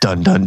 dun dun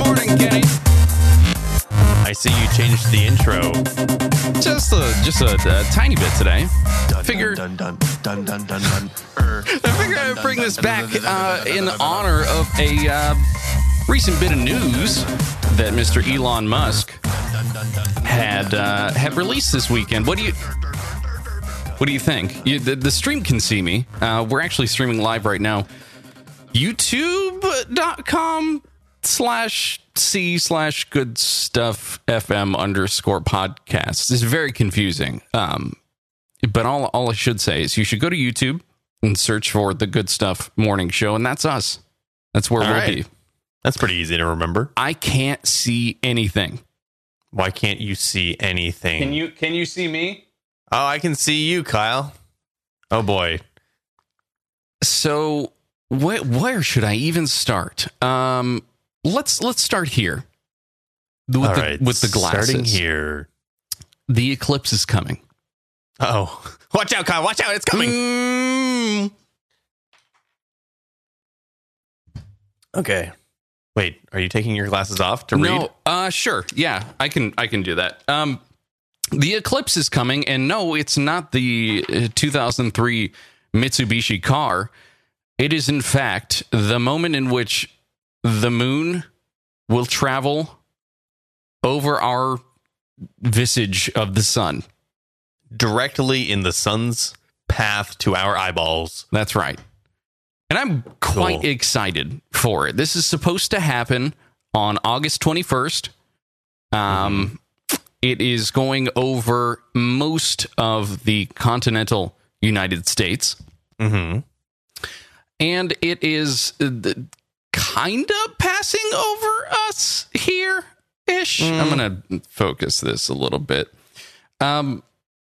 Morning, Kenny. I see you changed the intro. Just a just a, a tiny bit today. Figure- dun dun dun dun dun dun er I figure I'd bring this back uh, in honor of a uh, recent bit of news that Mr. Elon Musk had uh, had released this weekend. What do you What do you think? You, the, the stream can see me. Uh, we're actually streaming live right now. YouTube.com slash C slash good stuff FM underscore podcast. It's very confusing. Um, but all, all I should say is you should go to YouTube and search for the good stuff morning show. And that's us. That's where All we'll right. be. That's pretty easy to remember. I can't see anything. Why can't you see anything? you, can you see me? oh, I can see you, Kyle. Oh boy. So wh- where should I even start? Um, let's, let's start here with, All the, right, with the glasses. Starting here. The eclipse is coming. Oh, watch out, Kyle! Watch out! It's coming. Mm. Okay. Wait, are you taking your glasses off to read? No, uh, sure. Yeah, I can. I can do that. Um, the eclipse is coming, and no, it's not the uh, 2003 Mitsubishi car. It is, in fact, the moment in which the moon will travel over our visage of the sun. Directly in the sun's path to our eyeballs. That's right. And I'm quite Cool. excited for it. This is supposed to happen on August 21st. Um, it is going over most of the continental United States, Mm-hmm. and it is uh, the, kind of passing over us here ish. Mm. I'm going to focus this a little bit. Um,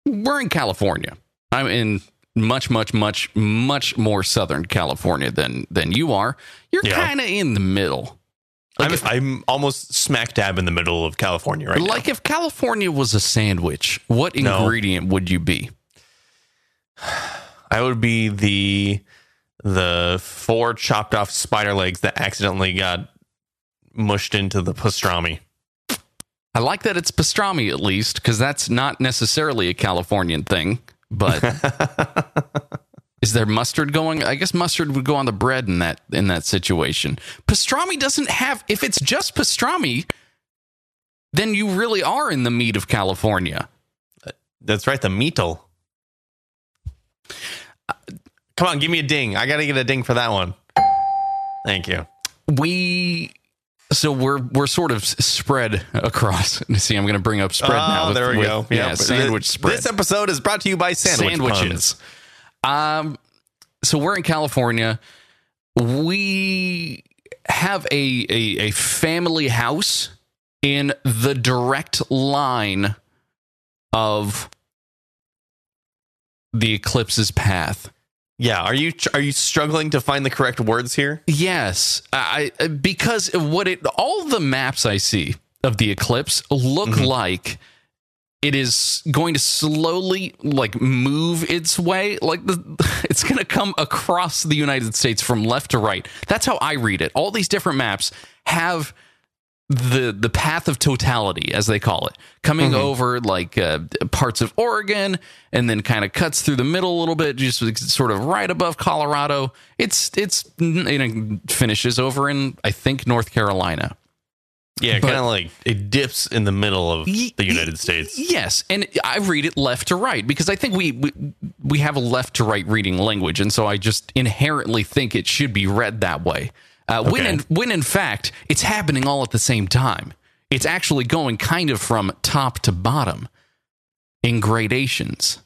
we're in California. I'm in much, much, much, much more southern California than than you are. You're Yeah. kind of in the middle. Like I'm, if- I'm almost smack dab in the middle of California right like if California was a sandwich, what No. ingredient would you be? now. I would be the the four chopped off spider legs that accidentally got mushed into the pastrami. I like that it's pastrami at least, because that's not necessarily a Californian thing. But is there mustard going? I guess mustard would go on the bread in that in that situation. Pastrami doesn't have. If it's just pastrami, then you really are in the meat of California. That's right, the meatle. Come on, give me a ding. I gotta get a ding for that one. Thank you. we so we're we're sort of spread across. See, I'm going to bring up spread now. Ah, with- there we with- go. Yeah, Yep. sandwich This- spread. This episode is brought to you by sandwich sandwiches. Um, so we're in California. We have a, a a family house in the direct line of the eclipse's path. Yeah, are you are you struggling to find the correct words here? Yes, I I- because what it all the maps I see of the eclipse look like it is going to slowly like move its way like the, it's going to come across the United States from left to right. That's how I read it. All these different maps have the the path of totality as they call it coming over like uh, parts of Oregon and then kind of cuts through the middle a little bit just like, sort of right above Colorado it's it's you know, finishes over in I think North Carolina Yeah, But- kind of like it dips in the middle of Ye- the United States. Yes, and I read it left to right because I think we we, we have a left to right reading language, and so I just inherently think it should be read that way. Uh, When in, Okay. when in fact it's happening all at the same time, it's actually going kind of from top to bottom in gradations.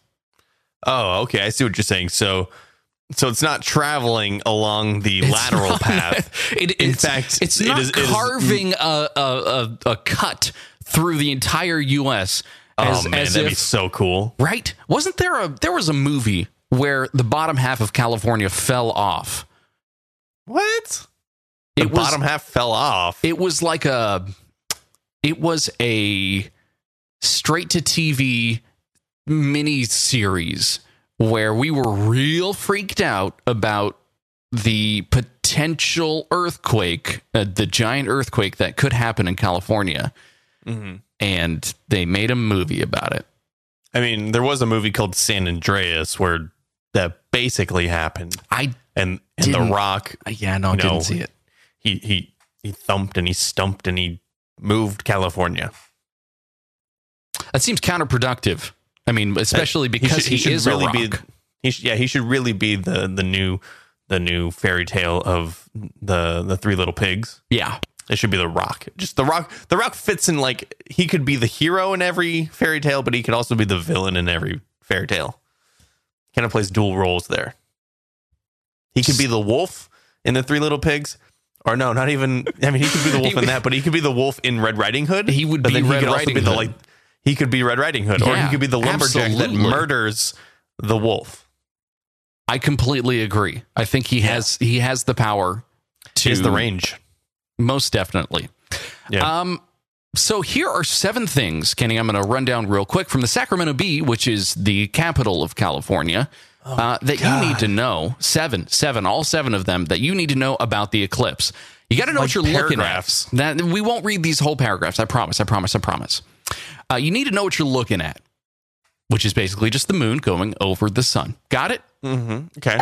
Oh, okay, I see what you're saying. So, so it's not traveling along the lateral path. It, In it's, fact, it's it not is- it is- carving a, a, a a cut through the entire U.S. Oh as, man, as that'd if be so cool. right? Wasn't there a there was a movie where the bottom half of California fell off. What? It the was- bottom half fell off. It was like a, it was a straight to TV mini series where we were real freaked out about the potential earthquake, uh, the giant earthquake that could happen in California, Mhm. and they made a movie about it. I mean, there was a movie called San Andreas where that basically happened, I and and Didn't- The Rock yeah no, I No. didn't see it. he he he thumped and he stumped and he moved California. That seems counterproductive. I mean, especially because he, is a rock. be he should, yeah he should really be the the new the new fairy tale of the the three little pigs yeah, it should be the rock just the rock the rock fits in like he could be the hero in every fairy tale but he could also be the villain in every fairy tale kind of plays dual roles there he could be the wolf in the three little pigs or no not even i mean he could be the wolf He- in that but he could be the wolf in red riding hood He would but be then Red could also Riding be the Hood. like he could be red riding hood or Yeah, he could be the lumberjack absolutely. that murders the wolf I completely agree. I think he has he has the power to he has the range most definitely. Yeah. Um. So here are seven things, Kenny. I'm going to run down real quick from the Sacramento Bee, which is the capital of California, Oh, uh, that you need to know. Seven, seven, all seven of them that you need to know about the eclipse. You got to know Like what you're looking paragraphs. at. That we won't read these whole paragraphs. I promise. I promise. I promise. Uh, you need to know what you're looking at, which is basically just the moon going over the sun. Got it? mm-hmm. okay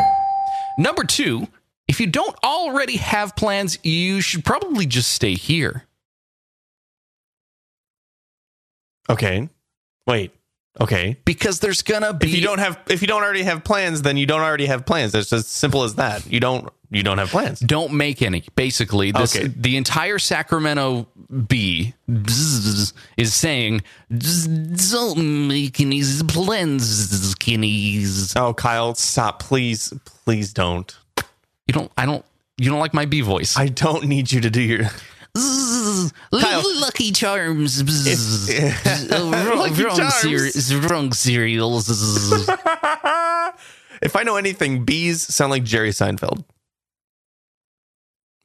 Number two, if you don't already have plans, you should probably just stay here. okay wait okay because there's gonna be if you don't have if you don't already have plans then you don't already have plans it's as simple as that you don't you don't have plans don't make any basically this Okay. the entire sacramento bee bzzz, is saying "Just don't make any plans skinnies oh kyle stop please please don't you don't i don't you don't like my bee voice i don't need you to do your Bzzz, little lucky charms bzzz, bzz, uh, wrong, Lucky wrong, Charms. cere- wrong cereals bzzz. if i know anything bees sound like jerry seinfeld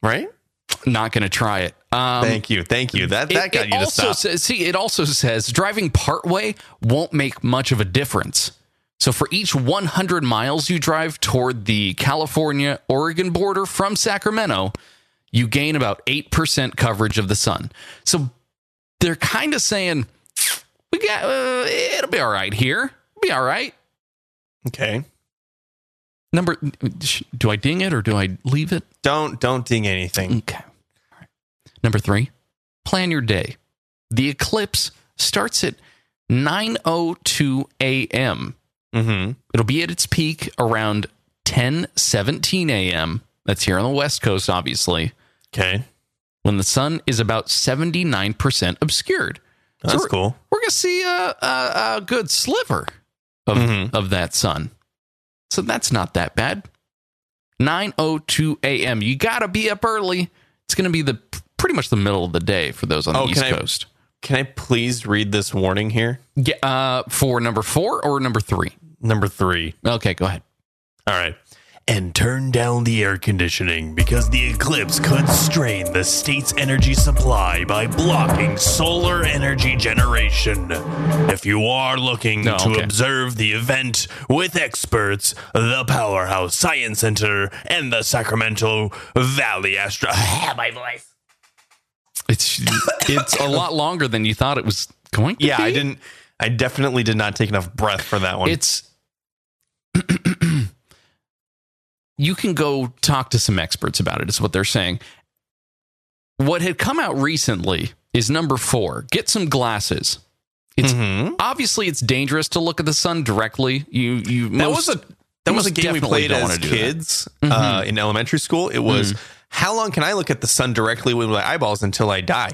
right not gonna try it um thank you thank you that that it, got it you to also stop Says, see, it also says driving partway won't make much of a difference. So for each 100 miles you drive toward the California Oregon border from Sacramento, you gain about 8% coverage of the sun. So they're kind of saying we got uh, it'll be all right here. Be all right. okay Number do I ding it or do I leave it? don't don't ding anything Okay. All right. Number three, plan your day. The eclipse starts at 9.02 a.m. mm-hmm It'll be at its peak around 10.17 a.m. That's here on the West Coast, obviously, okay when the sun is about 79% obscured. So that's we're- cool We're going to see a, a, a good sliver of, Mhm. of that sun. So that's not that bad. 9.02 a.m. You got to be up early. It's going to be the pretty much the middle of the day for those on Oh, the East can I- Coast. can i please read this warning here Yeah, uh, for number four or number three? number three Okay, go ahead. All right. And turn down the air conditioning because the eclipse could strain the state's energy supply by blocking solar energy generation. If you are looking No, to okay. observe the event with experts, the Powerhouse Science Center and the Sacramento Valley Astro. My voice. It's it's a lot longer than you thought it was going to Yeah, be. I didn't. I definitely did not take enough breath for that one. It's you can go talk to some experts about it. Is what they're saying. What had come out recently is number four. Get some glasses. It's Mhm. obviously it's dangerous to look at the sun directly. You you That most- was a that was a most game we definitely played don't as wanna do that. Mm-hmm. kids Mhm. uh, in elementary school. It was how long can I look at the sun directly with my eyeballs until I die?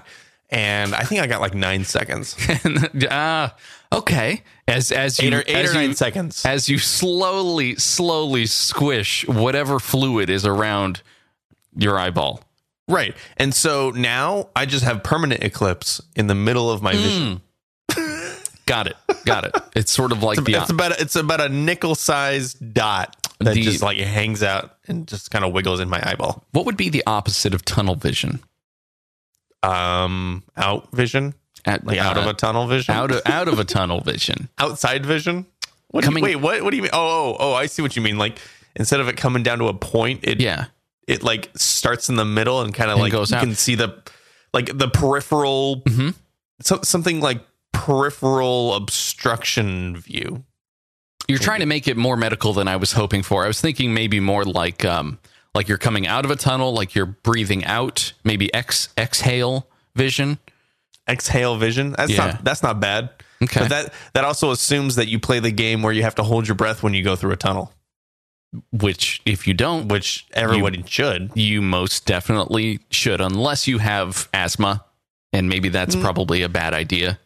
And I think I got like nine seconds, And, uh, okay. As as you eight or eight as or you- nine seconds. as you slowly slowly squish whatever fluid is around your eyeball. Right. And Mm. so now I just have permanent eclipse in the middle of my vision. Got it. Got it. It's sort of like the it's about a, it's about a nickel sized dot that The- just like hangs out and just kind of wiggles in my eyeball. what would be the opposite of tunnel vision? Um, out vision, At, like out of a tunnel vision, out of out of a tunnel vision. outside vision. What do you- Coming- wait, what? What do you mean? Oh, oh, oh! I see what you mean. Like instead of it coming down to a point, it Yeah. it like starts in the middle and kind of And like goes you out. can see the like the peripheral hmm so, something like peripheral obstruction view. You're trying to make it more medical than I was hoping for. I was thinking maybe more like um like you're coming out of a tunnel, like you're breathing out, maybe ex exhale vision. Exhale vision. That's Yeah. not that's not bad. Okay. But that that also assumes that you play the game where you have to hold your breath when you go through a tunnel, Which if you don't, which everybody should. you most definitely should unless you have asthma and maybe Mm. that's probably a bad idea.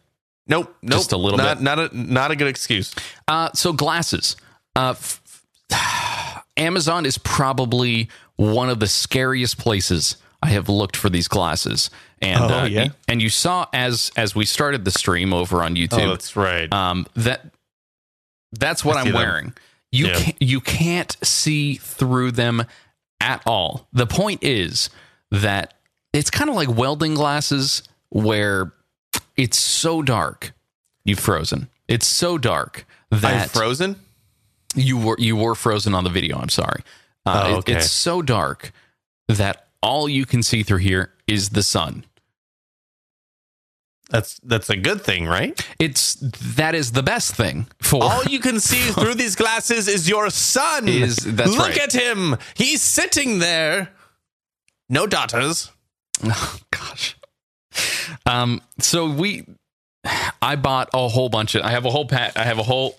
Nope, nope. Just a little not, bit. Not a not a good excuse. Uh, so glasses. Uh, f- f- Amazon is probably one of the scariest places I have looked for these glasses. And Oh, uh, yeah? y- and you saw as as we started the stream over on YouTube Oh, right. um, that that's what I see I'm them. wearing. You Yeah. can't, you can't see through them at all. The point is that it's kind of like welding glasses where it's so dark you've frozen. It's so dark I'm that frozen. you were you were frozen on the video. I'm sorry. Uh, Oh, it- okay. it's so dark that all you can see through here is the sun. That's that's a good thing, right? It's that is the best thing for All you can see through these glasses is your son. Is- that's Look right. at him. He's sitting there. No daughters. Oh gosh. Um. So we, I bought a whole bunch of. I have a whole pack. I have a whole.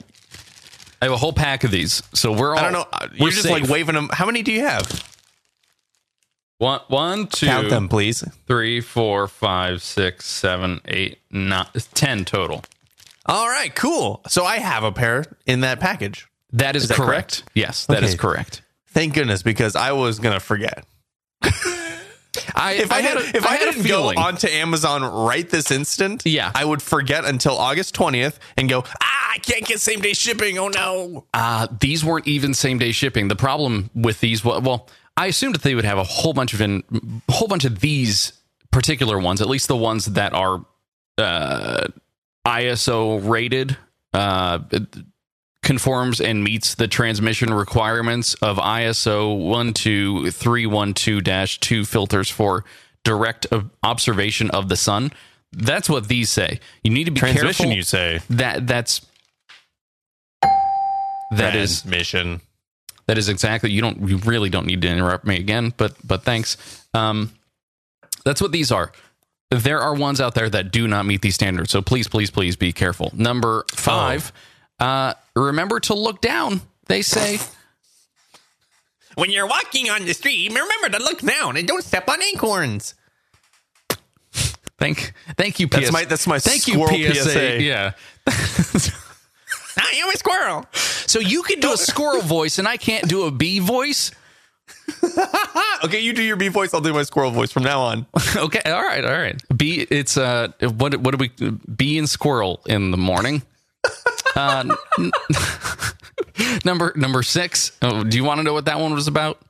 I have a whole pack of these. So we're all. I don't know. You're Oh, we're just safe. like waving them. How many do you have? One, one, two, please. three, four, five, six, seven, eight, nine, ten total. All right, cool. So I have a pair in that package. That is, that correct. Yes, that is Okay. correct. Thank goodness, because I was gonna forget. I If I, had had, a, if I, had a didn't go feeling. onto Amazon right this instant, Yeah. I would forget until August twentieth and go. Ah, I can't get same day shipping. Oh no. Uh, these weren't even same day shipping. The problem with these, wa- well, I assumed that they would have a whole bunch of in whole bunch of these particular ones, at least the ones that are uh, ISO rated, uh, conforms and meets the transmission requirements of ISO one two three one two dash two filters for direct ob- observation of the sun. That's what these say. You need to be careful. say. that that's that is mission. that is exactly you don't you really don't need to interrupt me again but but thanks um that's what these are there are ones out there that do not meet these standards so please please please be careful number five Oh. uh remember to look down they say When you're walking on the street, remember to look down and don't step on acorns. thank thank you That's PS- my- that's my thank you squirrel PSA, PSA. yeah I am a squirrel. so you can do a squirrel voice and I can't do a bee voice Okay, you do your bee voice. I'll do my squirrel voice from now on. Okay. All right. All right. Bee. It's uh. What what do we? Bee and squirrel in the morning. uh, n- number number six. Oh, do you want to know what that one was about?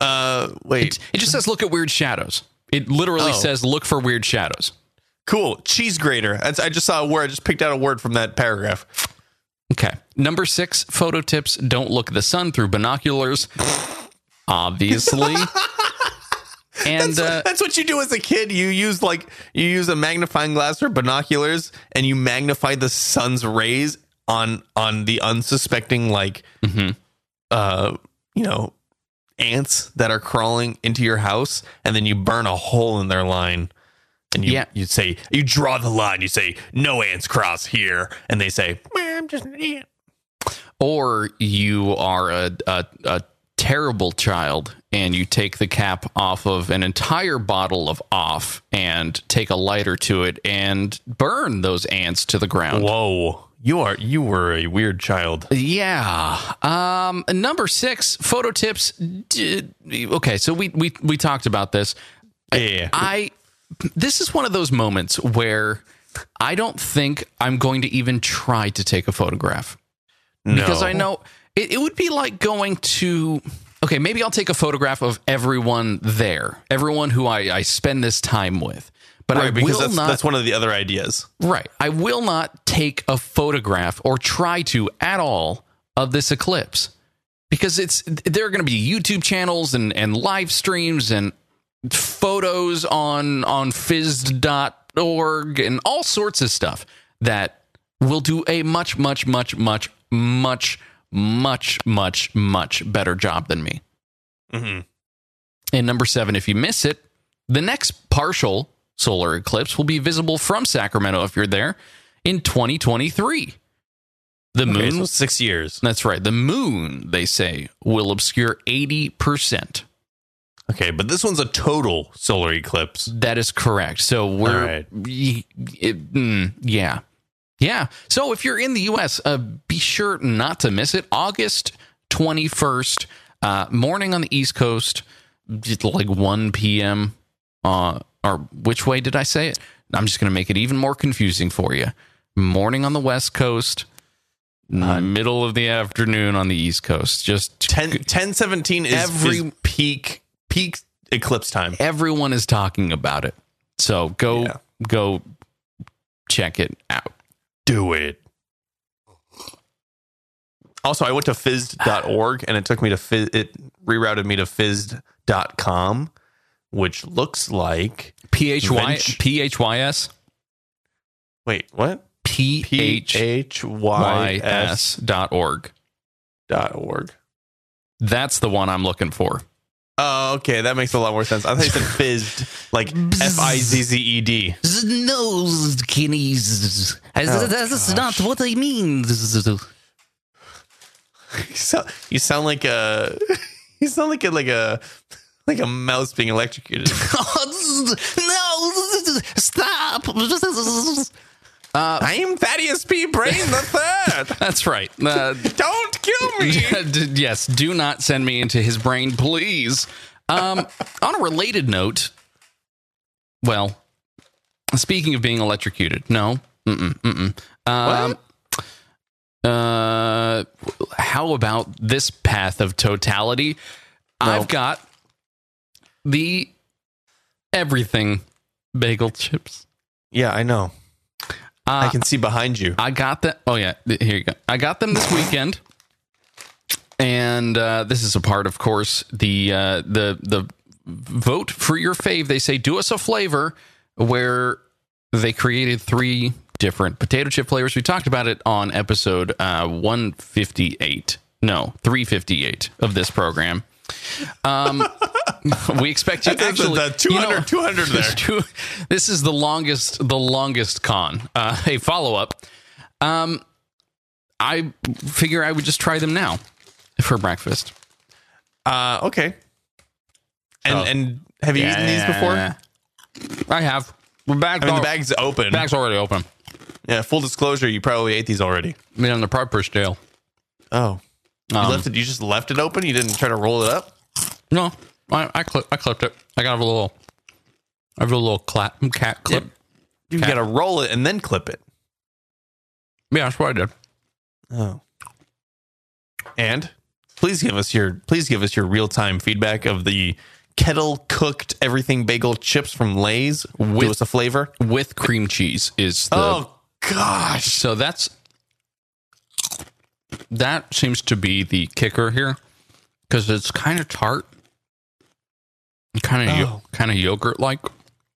Uh, wait. It just says look at weird shadows. It literally Oh. says look for weird shadows. Cool. Cheese grater. That's, I just saw a word. I just picked out a word from that paragraph. Okay. Number six. Photo tips. Don't look at the sun through binoculars. Obviously. and uh, That's what you do as a kid. You use like you use a magnifying glass or binoculars, and you magnify the sun's rays on on the unsuspecting like, Mm-hmm. uh, you know, ants that are crawling into your house, and then you burn a hole in their line. And you, Yeah. you say you draw the line. You say no ants cross here, and they say "Well, I'm just an ant." or you are a, a, a terrible child and you take the cap off of an entire bottle of off and take a lighter to it and burn those ants to the ground. Whoa, you are you were a weird child. Yeah. Um, number six, photo tips. D- Okay, so we we we talked about this. Yeah, I this is one of those moments where I don't think I'm going to even try to take a photograph because I know it, it would be like going to. Okay, maybe I'll take a photograph of everyone there, everyone who I, I spend this time with. But I right, because will that's, not. that's one of the other ideas. Right. I will not take a photograph or try to at all of this eclipse because it's there are going to be YouTube channels and and live streams and photos on on fizz.org and all sorts of stuff that will do a much much much much much much much much better job than me. Mm-hmm. And number seven, if you miss it, the next partial solar eclipse will be visible from Sacramento if you're there in 2023. The Okay, moon, so six years. that's right, the moon, they say, will obscure 80%. Okay, but this one's a total solar eclipse. That is correct. So we're, right. y- it- mm, yeah. Yeah. So if you're in the US, uh, be sure not to miss it. August 21st, uh, morning on the East Coast, just like 1 p.m. Uh, or which way did I say it? I'm just going to make it even more confusing for you. Morning on the West Coast, middle of the afternoon on the East Coast. Just 10, 1017 is Every- is peak peak eclipse time. everyone is talking about it. So go Yeah. go check it out. Do it. Also, I went to fizzed.org and it took me to fizz, it rerouted me to fizzed.com, which looks like P H Y Venge- P H Y S wait, what? P H H Y S dot org. dot org. That's the one I'm looking for. Oh, okay. That makes a lot more sense. I thought you said fizzed, like F I Z Z E D. No, guineas. Oh, that's not what I mean. You sound, you sound like a, you sound like a like a like a mouse being electrocuted. no, stop. I am Thaddeus P. Brain the Third. That's right. Uh, Don't kill me. D- yes, do not send me into his brain, please. Um, on a related note, well, speaking of being electrocuted, no, mm-mm, mm-mm. Um, Uh, how about this path of totality? I've got the everything bagel chips. Yeah, I know. I Uh, can see behind you. I got them. Oh yeah, th- here you go. I got them this weekend, and uh, this is a part, of course, the uh, the the vote for your fave. They say do us a flavor where they created three different potato chip flavors. We talked about it on episode uh, one fifty eight. No, three fifty eight of this program. Um, we expect you That's actually the, the you know- 200, 200 there. this, too- this is the longest the longest con uh a follow-up um i figure i would just try them now for breakfast Uh, okay. And Oh. and have you eaten these before? i have the bag's, I mean, al- the bag's open. Oh. bag's already open Yeah. Full disclosure, you probably ate these already. i mean on the proper stale Oh, you Um, left it. You just left it open. You didn't try to roll it up. no i I, clip, I clipped it i got a little i have a little clap cat clip You Okay. got to roll it and then clip it. yeah that's what i did Oh. And please give us your please give us your real time feedback of the kettle cooked everything bagel chips from Lay's. With- With us a flavor. with cream cheese is the oh gosh. So that's that seems to be the kicker here because it's kind of tart, kind of Oh. kind of yogurt like.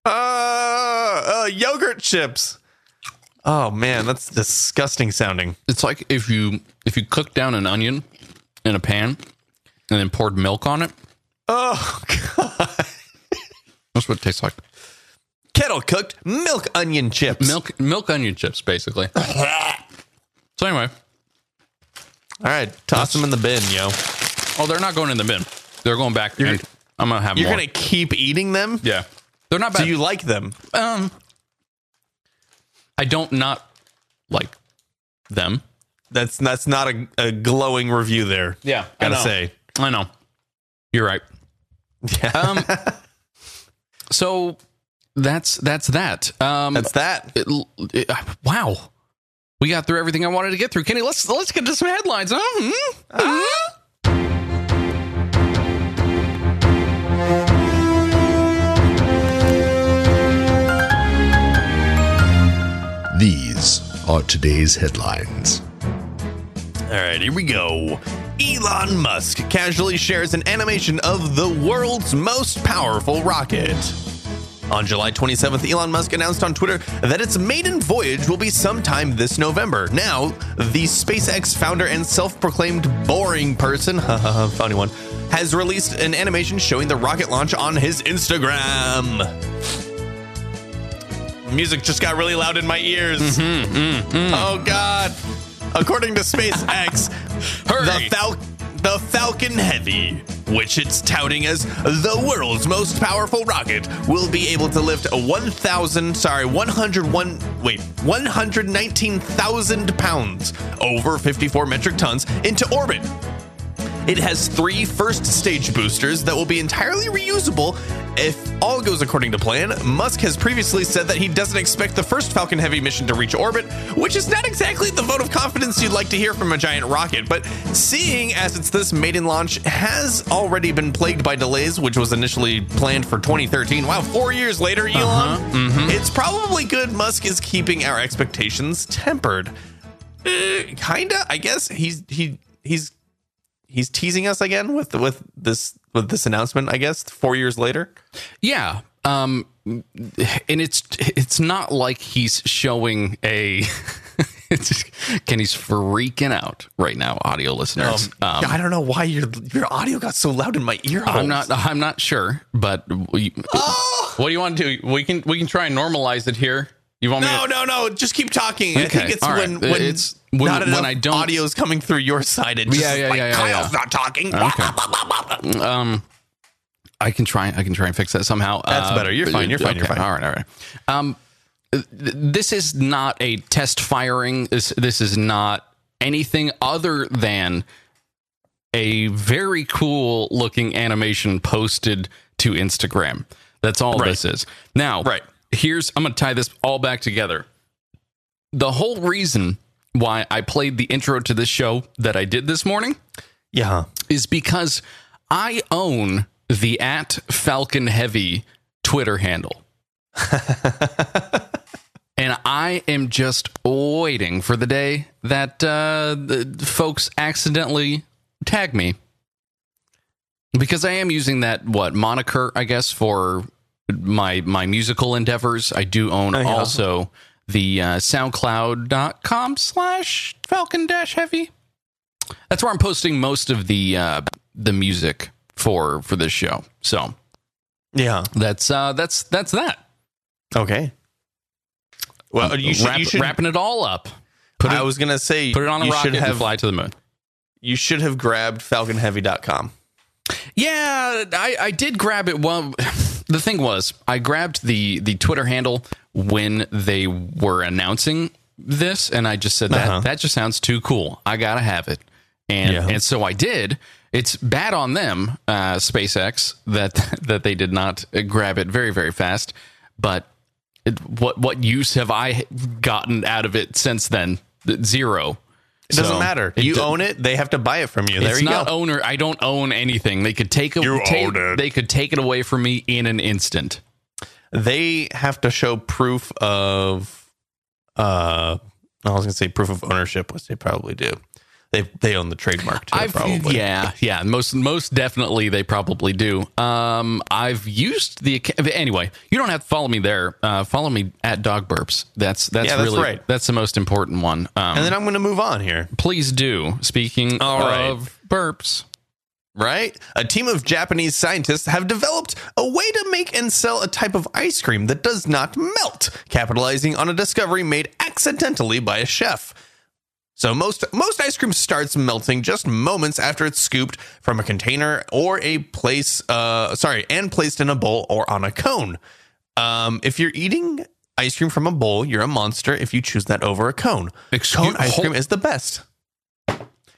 Uh, uh, yogurt chips. Oh man, that's disgusting sounding. It's like if you if you cook down an onion in a pan and then poured milk on it. Oh god. That's what it tastes like. Kettle cooked milk onion chips. Milk milk onion chips basically. so anyway, All right, toss them in the bin, yo. oh they're not going in the bin. They're going back. You're- and I'm gonna have You're more. gonna keep eating them. yeah, they're not Do bad. you like them? um, I don't not like them. That's that's not a, a glowing review there. Yeah, gotta I know. say. I Um, know. You're right. Yeah. Um, so that's that's that. Um, That's that. it- it- wow, we got through everything I wanted to get through, Kenny. Let's let's get to some headlines. Mhm. Mhm. These are today's headlines. All right, here we go. Elon Musk casually shares an animation of the world's most powerful rocket. On July 27th, Elon Musk announced on Twitter that its maiden voyage will be sometime this November. Now, the SpaceX founder and self proclaimed boring person, funny one, has released an animation showing the rocket launch on his Instagram. Music just got really loud in my ears. Oh, God. According to SpaceX, Hurry. the, Fal- the Falcon Heavy, which it's touting as the world's most powerful rocket, will be able to lift 1,000, sorry, 101, wait, 119,000 pounds, over 54 metric tons, into orbit. It has three first stage boosters that will be entirely reusable if all goes according to plan. Musk has previously said that he doesn't expect the first Falcon Heavy mission to reach orbit, which is not exactly the vote of confidence you'd like to hear from a giant rocket. But seeing as it's this maiden launch has already been plagued by delays, which was initially planned for 2013. Wow, four years later, Elon, it's probably good Musk is keeping our expectations tempered. Uh, kinda, I guess he's he he's he's teasing us again with with this with this announcement. I guess four years later. Yeah. Um, and it's it's not like he's showing a. it's, Kenny's freaking out right now, audio listeners. Um, I don't know why your your audio got so loud in my ear. I'm not. I'm not sure, but we, what do you want to do? We can we can try and normalize it here. You want me? No, to, no, no. Just keep talking. I Okay, think it's all right. when when It's when- not when enough I don't- audio is coming through your side. It's just Yeah, yeah, like, yeah, yeah, Kyle's yeah. not talking. Um, I can try. I can try and fix that somehow. Um, That's better. You're fine. You're fine. You're fine. All right. All right. Um, th- this is not a test firing. This this is not anything other than a very cool looking animation posted to Instagram. That's all this is. Now, Right. here's I'm going to tie this all back together. The whole reason why I played the intro to this show that I did this morning Yeah. is because I own the at Falcon Heavy Twitter handle. and I am just waiting for the day that uh, the folks accidentally tag me. Because I am using that what moniker, I guess, for my my musical endeavors. I do own yeah. also the uh, SoundCloud.com slash Falcon Dash Heavy. That's where I'm posting most of the uh, the music for for this show. So Yeah. that's uh, that's that's that. Okay. Well, Uh, you should. Wrap- you should wrapping it all up. Mm, Put it, I was gonna say put it on a you rocket should and have fly to the moon. you should have grabbed falconheavy.com. Yeah, I, I did grab it. Well, the thing was, I grabbed the the Twitter handle when they were announcing this, and I just said that Uh-huh. that just sounds too cool. I gotta have it, and Yeah. and so I did. It's bad on them, uh, SpaceX, that that they did not grab it very very fast. But it, what what use have I gotten out of it since then? Zero. It doesn't So, matter. it you do- own it. They have to buy it from you. There it's you not go. owner. I don't own anything. They could take a, You take- own it. They could take it away from me in an instant. they have to show proof of uh I was gonna say proof of ownership, which they probably do. They they own the trademark too, I've probably. yeah yeah most most definitely they probably do. Um, I've used the acc- anyway. You don't have to follow me there. Uh, follow me at Dog Burps. That's that's, Yeah, that's really right. that's the most important one. Um, And then I'm gonna move on here. please do. Speaking All right. of burps, Right? A team of Japanese scientists have developed a way to make and sell a type of ice cream that does not melt, capitalizing on a discovery made accidentally by a chef. So most most ice cream starts melting just moments after it's scooped from a container or a place uh sorry, and placed in a bowl or on a cone. Um if you're eating ice cream from a bowl, you're a monster if you choose that over a cone. Excuse- cone ice cream hold- is the best.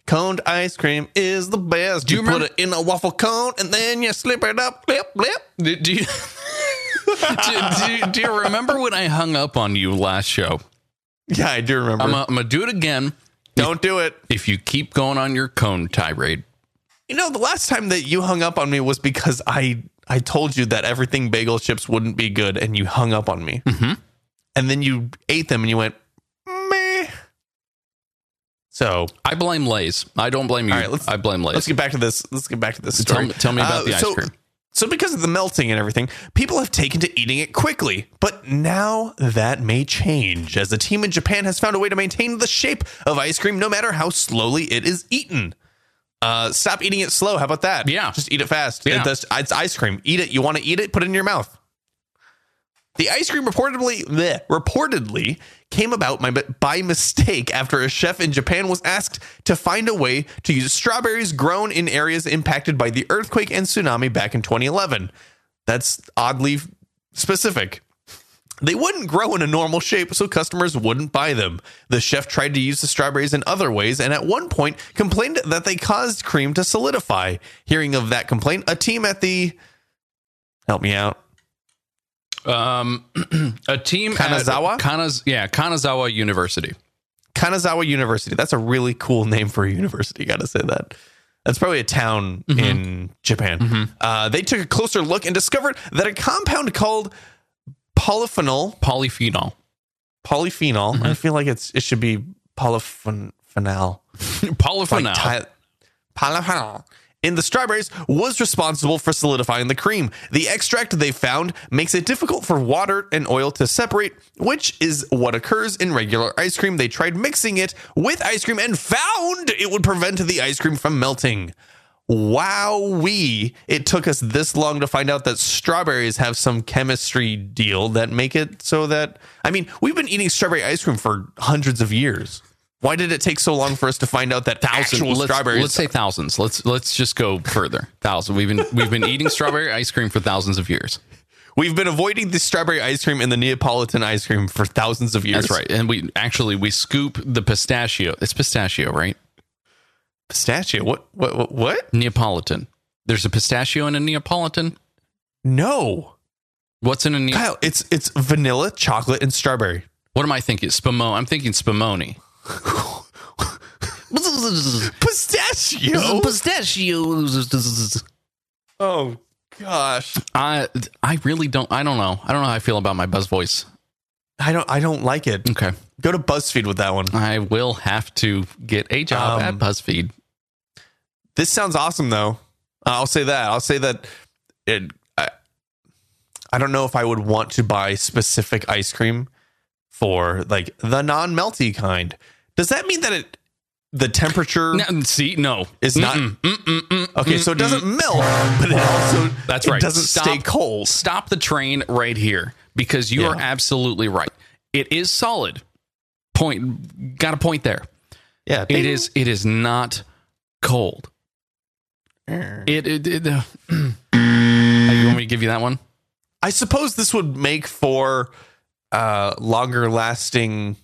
Coned ice cream is the best. Do Do you you, remember- put it in a waffle cone and then you slip it up, blip, blip. do, do you do, do, do you remember when I hung up on you last show? Yeah, I do remember. I'm going to do it again Don't do it. if you keep going on your cone tirade. You know, the last time that you hung up on me was because I I told you that everything bagel chips wouldn't be good, and you hung up on me. Mhm. And then you ate them, and you went meh. So I blame Lays. I don't blame you. All right, let's- I blame Lays. let's get back to this. Let's get back to this Tell story. Uh, me- tell me about the ice so, cream. So, because of the melting and everything, people have taken to eating it quickly. But now that may change, as the team in Japan has found a way to maintain the shape of ice cream no matter how slowly it is eaten. Uh, stop eating it slow. How about that? Yeah. Just eat it fast. Yeah. It- that's- it's ice cream. Eat it. You want to eat it? Put it in your mouth. The ice cream reportedly bleh, reportedly came about my, by mistake after a chef in Japan was asked to find a way to use strawberries grown in areas impacted by the earthquake and tsunami back in 2011. That's oddly specific. They wouldn't grow in a normal shape, so customers wouldn't buy them. The chef tried to use the strawberries in other ways and at one point complained that they caused cream to solidify. Hearing of that complaint, a team at the help me out. um, a team Kanazawa? At Kanas, yeah, Kanazawa University. Kanazawa University. That's a really cool name for a university. Got to say that. That's probably a town in Japan. Uh, they took a closer look and discovered that a compound called polyphenol, Polyphenol. polyphenol. I feel like it's it should be polyphenol. Polyphenol. Like Ty- polyphenol. In the strawberries was responsible for solidifying the cream. The extract they found makes it difficult for water and oil to separate, which is what occurs in regular ice cream. They tried mixing it with ice cream and found it would prevent the ice cream from melting. Wowee. It took us this long to find out that strawberries have some chemistry deal that make it so that. I mean, we've been eating strawberry ice cream for hundreds of years. Why did it take so long for us to find out that Thousand- actual let's, strawberries? let's say thousands. Let's let's just go further. Thousand. We've been we've been eating strawberry ice cream for thousands of years. we've been avoiding the strawberry ice cream and the Neapolitan ice cream for thousands of years. That's right. And we actually we scoop the pistachio. It's pistachio, right? Pistachio. What? What? What? what? Neapolitan. There's a pistachio in a Neapolitan. No, What's in a Neapolitan? Kyle. It's it's vanilla, chocolate, and strawberry. What am I thinking? Spumoni. I'm thinking spumoni. Pistachio. Pistachios. Oh gosh. I I really don't. I don't know. I don't know how I feel about my buzz voice. I don't. I don't like it. Okay, Go to BuzzFeed with that one. I will have to get a job Um, at BuzzFeed. This sounds awesome, though. Uh, I'll say that. I'll say that. It. I, I don't know if I would want to buy specific ice cream for like the non-melty kind. Does that mean that it the temperature? No, see, no, mm. It's not- Mm-mm, mm-mm, mm. okay, so it doesn't melt, but it also That's it right. doesn't Stop. stay cold. Stop the train right here because you Yeah. are absolutely right. It is solid. Point. Got a point there. Yeah, It is. It is not cold. Er. It. it, it uh, Hey, you want me to give you that one? I suppose this would make for uh longer lasting.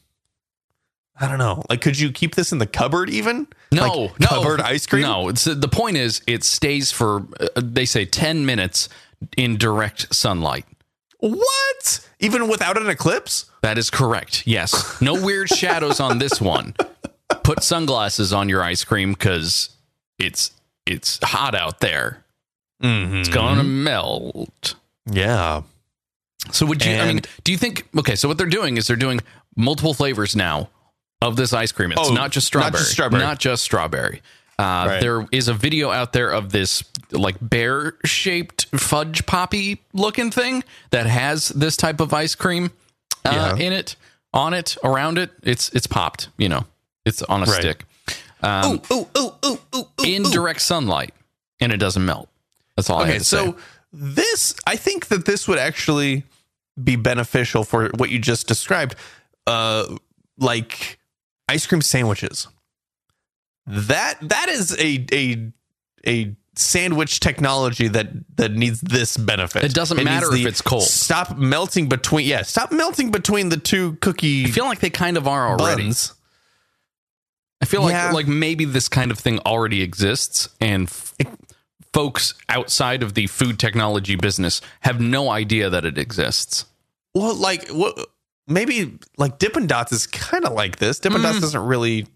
I don't know. Like, could you keep this in the cupboard even? No, Like, no covered ice cream. No, it's the point is it stays for uh, they say ten minutes in direct sunlight. What? Even without an eclipse? That is correct. Yes, no weird shadows on this one. Put sunglasses on your ice cream because it's it's hot out there. It's gonna Mm-hmm. melt. Yeah. So would you? I mean, And- do you think? Okay, so what they're doing is they're doing multiple flavors now of this ice cream. It's Oh, not just not strawberry. just strawberry. Not just strawberry. Uh, Right. There is a video out there of this like bear shaped fudge poppy looking thing that has this type of ice cream uh, in it, on it, around it. It's it's popped. You know, it's on a Right. stick. Um, Ooh, ooh, ooh, ooh, ooh. in direct sunlight, and it doesn't melt. That's all. I Okay, had to so say. this, I think that this would actually be beneficial for what you just described, uh, like ice cream sandwiches. That that is a a a sandwich technology that that needs this benefit. It doesn't needs matter if the it's cold. Stop melting between yeah. Stop melting between the two cookie I feel like they kind of are already. buns. I feel like Yeah. like maybe this kind of thing already exists, and f- folks outside of the food technology business have no idea that it exists. Well, like what? Maybe like Dippin' Dots is kind of like this. Dippin' Dots doesn't really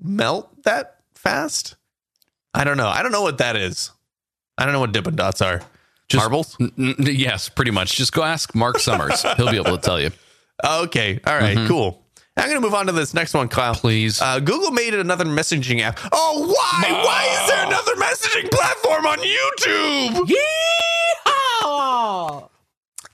melt that fast. I don't know. I don't know what that is. I don't know what Dippin' Dots are. Just- Marbles. N- n- yes, pretty much. Just go ask Mark Summers. He'll be able to tell you. Oh, Okay. All right, Cool. I'm gonna move on to this next one, Kyle. Please. Uh, Google made another messaging app. Oh, why? Why is there another messaging platform on YouTube?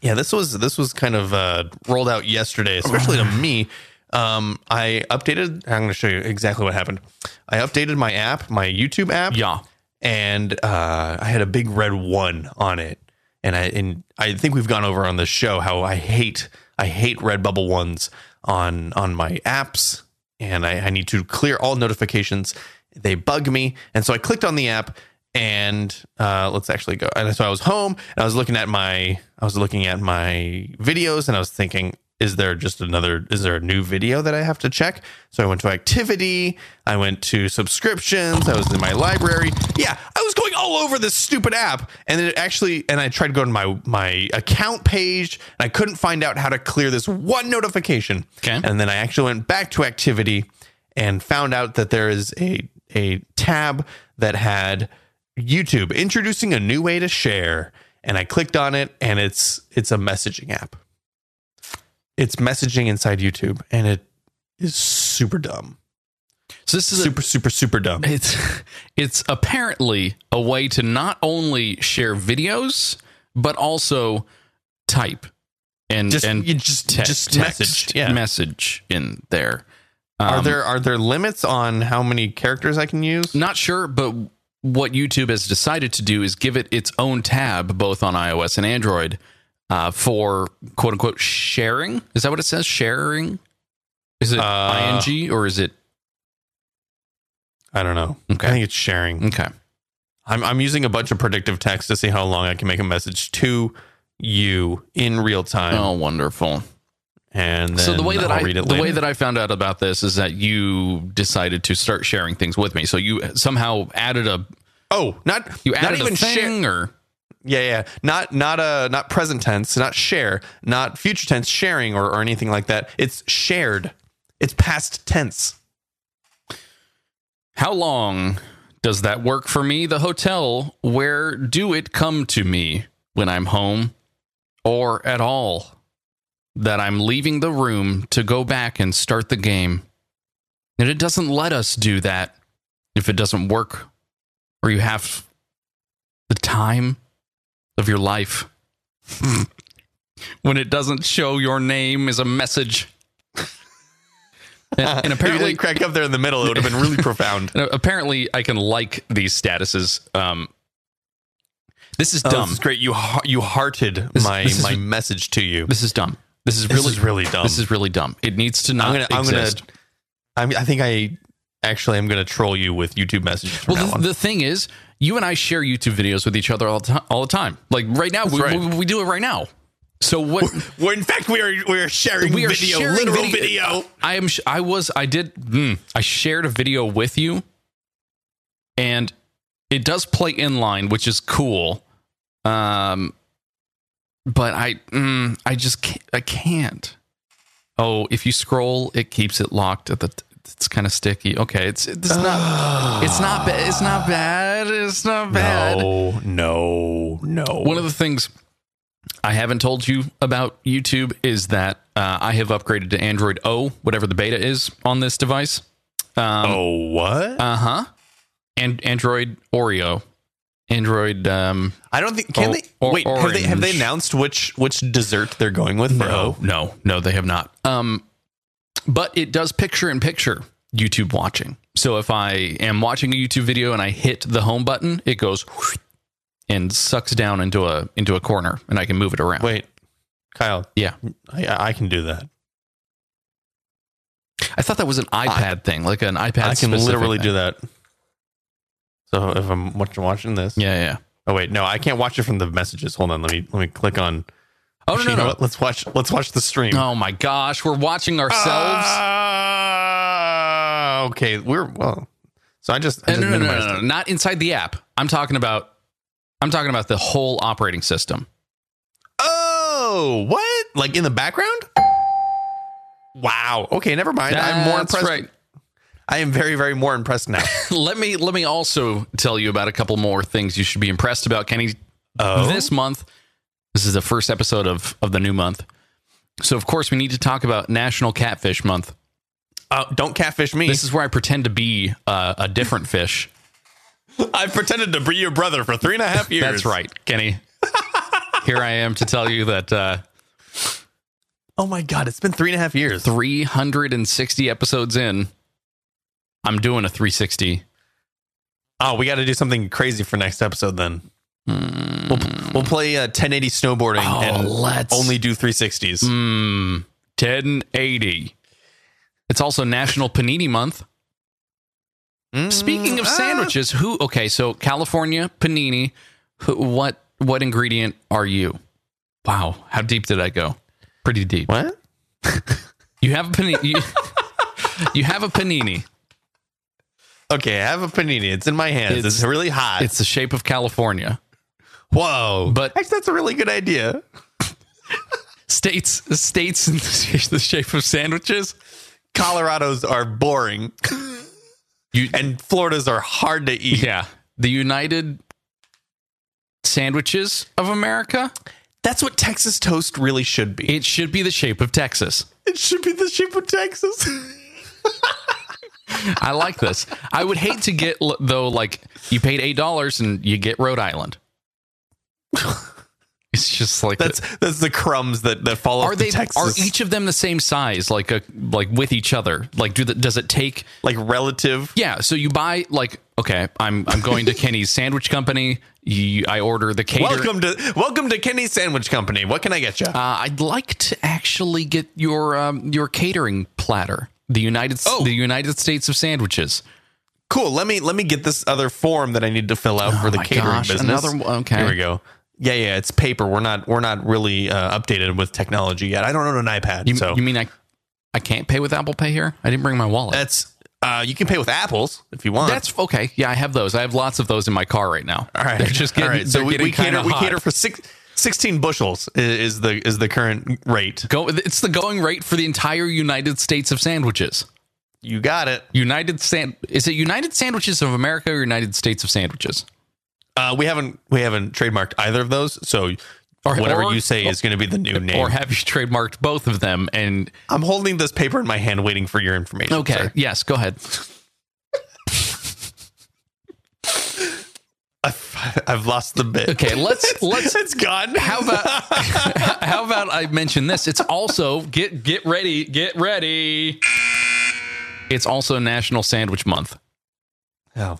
Yeah, this was this was kind of uh, rolled out yesterday, especially to me. Um, I updated. I'm going to show you exactly what happened. I updated my app, my YouTube app. Yeah. and uh, I had a big red one on it, and I and I think we've gone over on this show how I hate I hate red bubble ones on on my apps, and I, I need to clear all notifications. They bug me, and so I clicked on the app, and uh, let's actually go. And so I was home, and I was looking at my I was looking at my videos, and I was thinking. Is there just another? Is there a new video that I have to check? So I went to activity. I went to subscriptions. I was in my library. Yeah, I was going all over this stupid app, and then it actually. And I tried to go to my my account page, and I couldn't find out how to clear this one notification. Okay. And then I actually went back to activity and found out that there is a a tab that had YouTube introducing a new way to share. And I clicked on it, and it's it's a messaging app. It's messaging inside YouTube, and it is super dumb. So this is a Super, super, super dumb. it's it's apparently a way to not only share videos but also type and Just- and you just- text, just text, message, yeah. message in there. are Um, there are there limits on how many characters I can use? Not sure, but what YouTube has decided to do is give it its own tab, both on iOS and Android, uh, for quote unquote sharing. Is that what it says? Sharing? Is it Uh, ing or is it I don't know. Okay. I think it's sharing. okay? I'm I'm using a bunch of predictive text to see how long I can make a message to you in real time, oh, wonderful. and then so the way that I'll I read it the way later. that I found out about this is that you decided to start sharing things with me. So you somehow added a oh not you not added even a share thing or yeah yeah not not uh not present tense not share not future tense sharing or, or anything like that it's shared it's past tense how long does that work for me? The hotel where do it come to me when I'm home or at all that I'm leaving the room to go back and start the game. And it doesn't let us do that if it doesn't work or you have the time of your life. when it doesn't show your name as a message. and, and If you apparently didn't crack up there in the middle it would have been really profound and apparently, I can like these statuses. Um, this is Oh, dumb. this is great you har- you hearted This- my this is- my message to you this is dumb. This is This really, is really dumb. This is really dumb. It needs to I'm not gonna I'm gonna exist. I'm, I think I actually am gonna troll you with YouTube messages from well, now the, on. the thing is, you and I share YouTube videos with each other all the time. All the time. Like right now, we, right. we, we do it right now. So what? We're in fact we are we are sharing We are video, sharing literal video. video. I am. sh- I was. I did. Mm, I shared a video with you, and it does play inline, which is cool. Um, but I, mm, I just, can't, I can't. Oh, if you scroll, it keeps it locked at the. T- it's kind of sticky. Okay, it's it's not. it's not. Ba- it's not bad. It's not bad. No, Oh, no, no. One of the things I haven't told you about YouTube is that uh, I have upgraded to Android O, whatever the beta is on this device. Um, oh what? Uh huh. And Android Oreo, Android. Um, I don't think can oh, they or- wait. Have they, have they orange. announced which which dessert they're going with? for O? no, no, they have not. Um, but it does picture in picture YouTube watching. So if I am watching a YouTube video and I hit the home button, it goes and sucks down into a into a corner, and I can move it around. Wait, Kyle. Yeah. I- I, I can do that. I thought that was an iPad thing, like an iPad. I can literally do that. do that. So if I'm watching, watching this, Yeah, yeah. Oh wait, no, I can't watch it from the messages. Hold on, let me let me click on. Oh Actually, no, no, you know no. what? Let's watch. Let's watch the stream. Oh my gosh, we're watching ourselves. Ah, okay, we're well. So I just, I no, no, no, just no, minimized no, no, it. not inside the app. I'm talking about I'm talking about the whole operating system. Oh, what? Like in the background? Wow. Okay, never mind. I'm more That's impressed. right. I am very, very more impressed now. Let me let me also tell you about a couple more things you should be impressed about, Kenny. This month, this is the first episode of of the new month. So of course we need to talk about National Catfish Month. Uh, don't catfish me. This is where I pretend to be uh, a different fish. I've pretended to be your brother for three and a half years. That's right, Kenny. Here I am to tell you that uh, Oh my god, it's been three and a half years. 360 episodes in, I'm doing a 360. Oh, we got to do something crazy for next episode then. Hmm. We'll, we'll play uh, 1080 snowboarding Oh, and let's- only do 360s. Mm, 1080. It's also National Panini Month. Mm, Speaking of ah. sandwiches, who? Okay, so California panini. Who, what? What ingredient are you? Wow, how deep did I go? Pretty deep. What? You have a panini. You, you have a panini. Okay, I have a panini. It's in my hands. It's, It's- really hot. It's the shape of California. whoa. but- actually, that's a really good idea. States, states in the sh- the shape of sandwiches. Colorados are boring, You and Floridas are hard to eat. yeah, the United Sandwiches of America. That's what Texas toast really should be. It should be the shape of Texas. It should be the shape of Texas. I like this. I would hate to get l- though, like you paid eight dollars and you get Rhode Island. It's just like that's that's the crumbs that that fall are off the they Texas. are each of them the same size, like a like with each other? Like do the, does it take? like relative? Yeah, so you buy like okay, I'm I'm going to Kenny's Sandwich Company. You, I order the cater. Welcome to welcome to Kenny's Sandwich Company. What can I get you? Uh, I'd like to actually get your um, your catering platter. The United Oh. the United States of sandwiches. cool. Let me let me get this other form that I need to fill out for the Oh my catering gosh, business. another one- okay. Here we go. Yeah, yeah, it's paper. We're not we're not really uh, updated with technology yet. I don't own an iPad, You, so you mean I I can't pay with Apple Pay here? I didn't bring my wallet. that's uh, you can pay with apples if you want. That's okay. Yeah, I have those. I have lots of those in my car right now. all right. They're just getting, all right. So they're we, getting we cater kinda we hot. cater for six, 16 bushels i- is the is the current rate. Go, it's the going rate for the entire United States of sandwiches. You got it. United San, is it United Sandwiches of America or United States of Sandwiches? Uh, we haven't we haven't trademarked either of those, so Or- whatever or- you say is going to be the new name. Or have you trademarked both of them? And I'm holding this paper in my hand, waiting for your information. okay, sir. yes, go ahead. I've, I've lost the bit. Okay, let's let's it's gone. How about how about I mention this? It's also get get ready, get ready. It's also National Sandwich Month. Oh.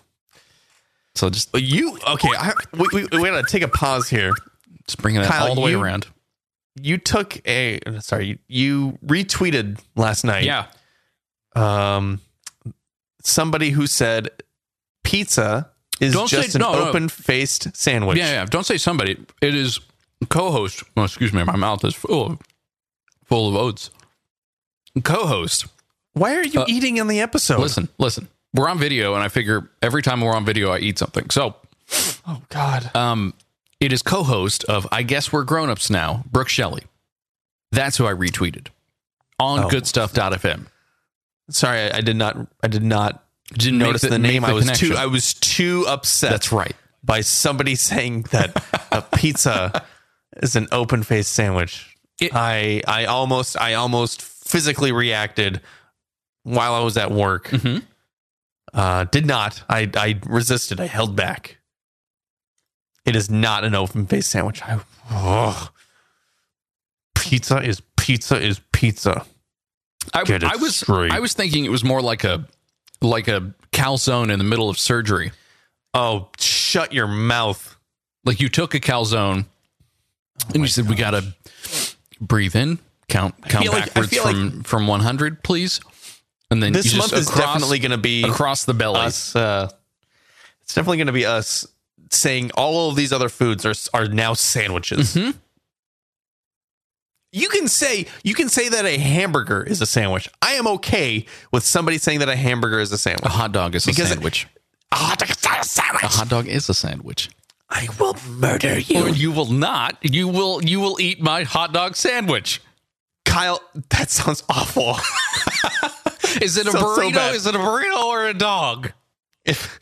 So just you okay? I, we, we, we gotta take a pause here. just bringing that Kyle, all the way you- around. You took a sorry. You, you retweeted last night. Yeah. Um, somebody who said pizza is Don't just say- an no, no. open-faced sandwich. Yeah, yeah. Don't say somebody. It is co-host. oh, excuse me, my mouth is full of, full of oats. Co-host. Why are you Uh, eating in the episode? Listen, listen. We're on video and I figure every time we're on video I eat something. So Oh God. Um, it is co-host of I guess we're grown-ups now, Brooke Shelley. That's who I retweeted on Oh. goodstuff.fm. sorry, I, I did not. I did not Didn't make notice the, make name. I was connection. too. I was too upset. That's right. by somebody saying that a pizza is an open faced sandwich. It- I I almost I almost physically reacted while I was at work. Mhm. Uh, did not. I I resisted. I held back. It is not an open faced sandwich. I, ugh. Pizza is pizza is pizza. I, Get it I was straight. I was thinking it was more like a like a calzone in the middle of surgery. Oh, shut your mouth. Like you took a calzone and you said we got to breathe in, count count feel like- Oh I backwards feel like- from from 100, please. And then This you month just is across, definitely going to be across the belly. us. Uh, it's definitely going to be us saying all of these other foods are are now sandwiches. Mhm. You can say you can say that a hamburger is a sandwich. I am okay with somebody saying that a hamburger is a A sandwich. hot dog is a Because- sandwich. A hot dog is not a sandwich. A hot dog is a sandwich. I will murder Or you will not. You will. You will eat my hot dog sandwich. Kyle, that sounds awful. Is it a Sounds so burrito? bad. Is it a burrito or a dog? if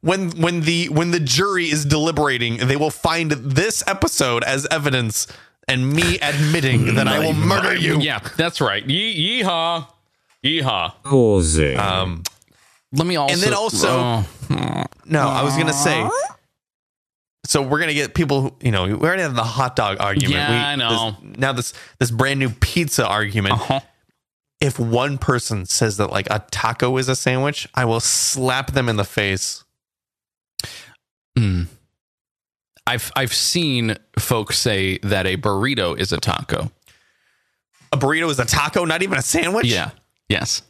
when when the when the jury is deliberating, they will find this episode as evidence and me admitting that I will murder you. Yeah, that's right. Ye- yeehaw, yeehaw. Pausing. Um Let me also. then also- Oh. no, I was going to say so we're going to get people who, you know, we already have the hot dog argument. Yeah, we, I know. this- now this this brand new pizza argument. Uh-huh. If one person says that like a taco is a sandwich, I will slap them in the face. Mm. I've I've seen folks say that a burrito is a taco. A burrito is a taco, not even a sandwich? Yeah. Yes.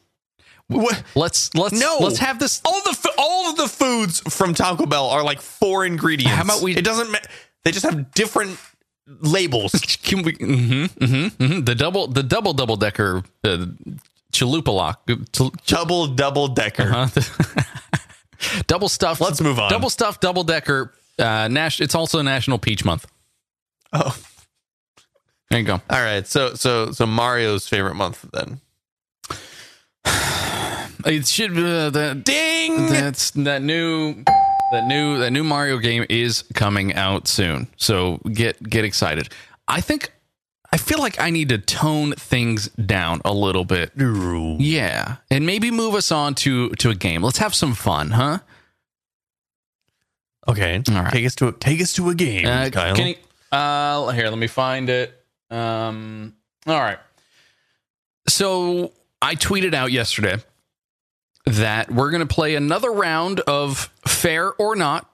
What? Let's let's No. Let's have this. Oh, all the f- all of the foods from Taco Bell are like four ingredients. How about we- It doesn't. Ma- they just have different labels. Can we? hmm hmm hmm The double the double double decker uh, chalupa lock. uh, Double double decker. Uh-huh. double stuffed. Let's move on. Double stuffed, double decker. Uh, Nash. It's also National Peach Month. Oh, There you go. all right. So so so Mario's favorite month then. It should uh, that Ding. that's that new that new that new Mario game is coming out soon. So get get excited. I think I feel like I need to tone things down a little bit. Yeah, and maybe move us on to to a game. Let's have some fun, huh? Okay. All right. Take us to a, take us to a game, Uh, Kyle. can you, uh, here, let me find it. Um, all right. So I tweeted out yesterday that we're going to play another round of fair or not,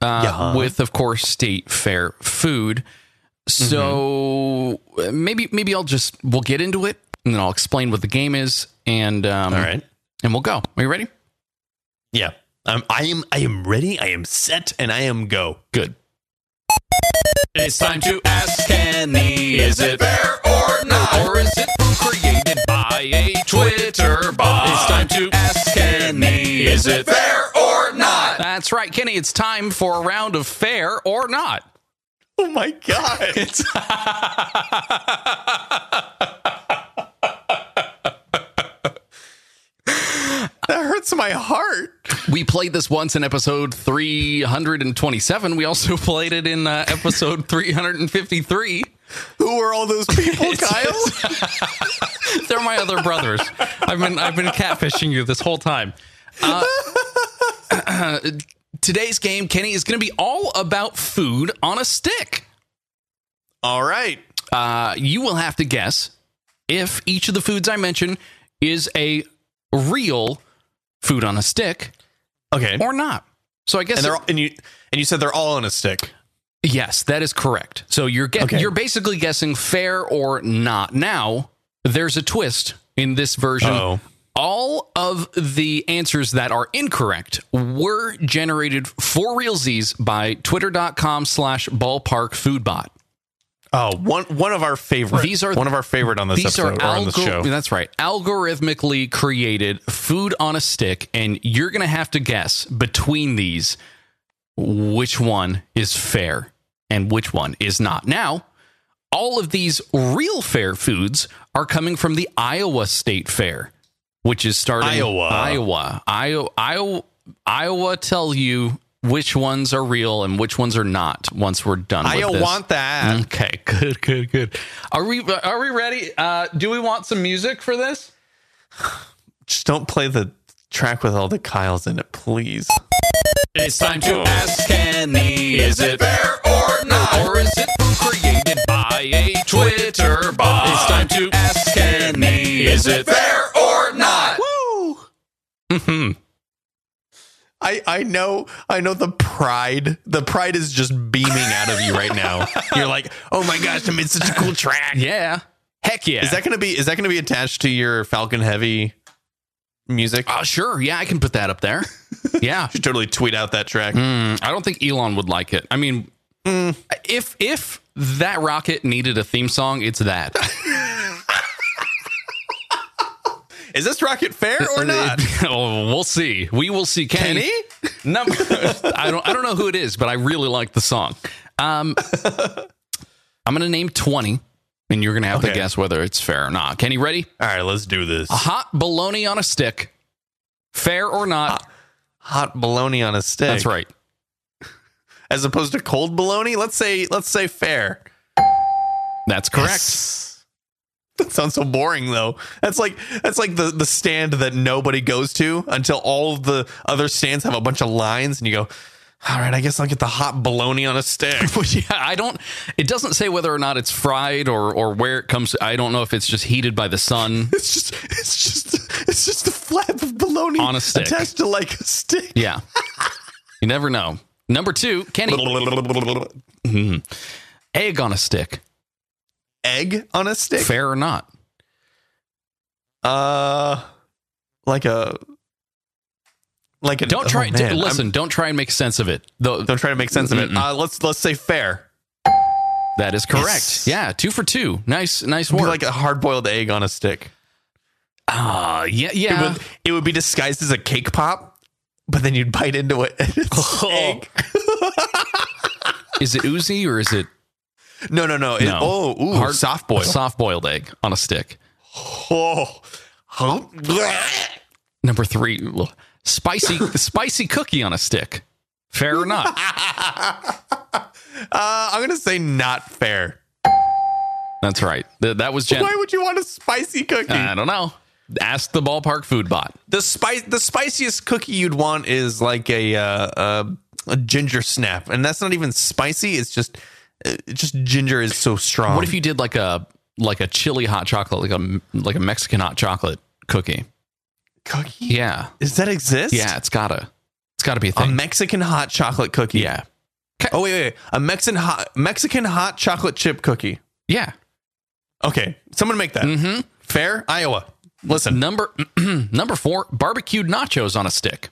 uh, Yeah. with of course state fair food. So uh, Mm-hmm. maybe maybe I'll just we'll get into it and then I'll explain what the game is and um, all right. and we'll go. Are you ready? Yeah. Um, I am I am ready. I am set, and I am go. Good. It's time to ask Kenny, is it fair or not? Or is it food created by a Twitter bot? It's time to ask Kenny, is it fair or not? That's right, Kenny, it's time for a round of fair or not. Oh my god. It's that hurts my heart. we played this once in episode 327. We also played it in uh, episode 353. Who are all those people, It's- Kyle? They're my other brothers. I've been I've been catfishing you this whole time. Uh, today's game, Kenny, is going to be all about food on a stick. all right. Uh, you will have to guess if each of the foods I mention is a real food on a stick Okay. or not. So I guess and they're all, and you and you said they're all on a stick. Yes, that is correct. So you're guess- Okay. you're basically guessing fair or not. Now, there's a twist in this version. Uh-oh. All of the answers that are incorrect were generated for realsies by twitter.com slash ballpark foodbot. Oh, one one of our favorite. These are- one of our favorite on this These are episode or on this algor- show. that's right. Algorithmically created food on a stick, and you're gonna have to guess between these which one is fair and which one is not. Now, all of these real fair foods are coming from the Iowa State Fair, which is starting Iowa. Iowa. Iowa. Iowa. Iowa tell you which ones are real and which ones are not once we're done with I this. want that. Okay, good, good, good. Are we are we ready? Uh, do we want some music for this? Just don't play the track with all the Kyles in it, please. It's time to ask Kenny: Is it fair or not, or is it created by a Twitter bot? It's time to ask Kenny: Is it fair or not? Woo! hmm I I know I know the pride. The pride is just beaming out of you right now. You're like, oh my gosh, I made such a cool track. Yeah, heck yeah. Is that gonna be is that gonna be attached to your Falcon Heavy music? uh, sure. Yeah, I can put that up there. yeah, Oh, You should totally tweet out that track. Mm, I don't think Elon would like it. I mean, mm, if if that rocket needed a theme song, it's that. Is this rocket fair or not? oh, we'll see. We will see. Kenny. Kenny? Number. I don't. I don't know who it is, but I really like the song. Um, I'm gonna name twenty, and you're gonna have to Okay. guess whether it's fair or not. Kenny, ready? All right, let's do this. Hot bologna on a stick. Fair or not? Hot bologna on a stick. That's right. As opposed to cold bologna, let's say let's say fair. That's correct. Yes. That sounds so boring though. That's like that's like the the stand that nobody goes to until all of the other stands have a bunch of lines and you go, "All right, I guess I'll get the hot bologna on a stick." But yeah, I don't. It doesn't say whether or not it's fried or or where it comes. I don't know if it's just heated by the sun. It's just it's just it's just a flap of bologna On a stick. attached to like a stick. Yeah, you never know. Number two, Kenny, egg on a stick. Egg on a stick. Fair or not? Uh like a like a Don't try. oh, man, I'm- listen, don't try and make sense of it. Though don't try to make sense of it. Mm-mm. Uh, let's let's say fair. that is correct. Yes. Yeah, two for two. Nice, nice It'd be work. like a hard boiled egg on a stick. Ah, yeah, yeah. It would it would be disguised as a cake pop, but then you'd bite into it. And Oh. it's egg. is it oozy or is it No, no, no. It- No. Oh, ooh, Hard- soft a boiled. soft boiled egg on a stick? oh. Huh? Number three, l- spicy spicy cookie on a stick. Fair or not? Uh, I'm gonna say not fair. That's right. Th- that was Jen. Uh, Why would you want a spicy cookie? I don't know. Ask the ballpark food bot. the spice, the spiciest cookie you'd want is like a uh, uh, a ginger snap, and that's not even spicy. It's just uh, it's just ginger is so strong. What if you did like a like a chili hot chocolate, like a like a Mexican hot chocolate cookie? cookie? Yeah, Does that exist? yeah. It's gotta it's gotta be a a thing. Mexican hot chocolate cookie. yeah, Oh wait, wait, wait. a Mexican hot Mexican hot chocolate chip cookie. yeah. Okay, someone make that Mm-hmm. fair. Iowa, listen. Number number four, barbecued nachos on a stick.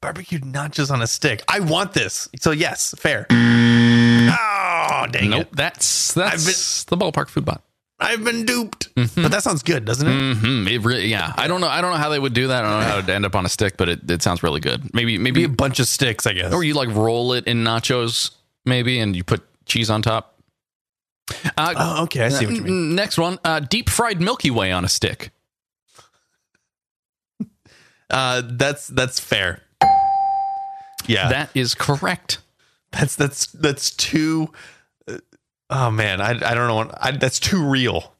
Barbecued nachos on a stick. I want this. So yes, fair. Oh dang Nope, it! that's that's the ballpark food bot. I've been duped. But that sounds good, doesn't it? Mm-hmm. It really, yeah. I don't know. I don't know how they would do that. I don't know how it would end up on a stick, but it, it sounds really good. Maybe Be a maybe bunch of sticks, I guess. or you like roll it in nachos, maybe, and you put cheese on top. Uh, oh, okay, I see what you mean. n- Next one, uh, deep fried Milky Way on a stick. Uh, that's that's fair. Yeah, That is correct. that's that's that's too. uh, oh man, I I don't know. What, I, that's too real.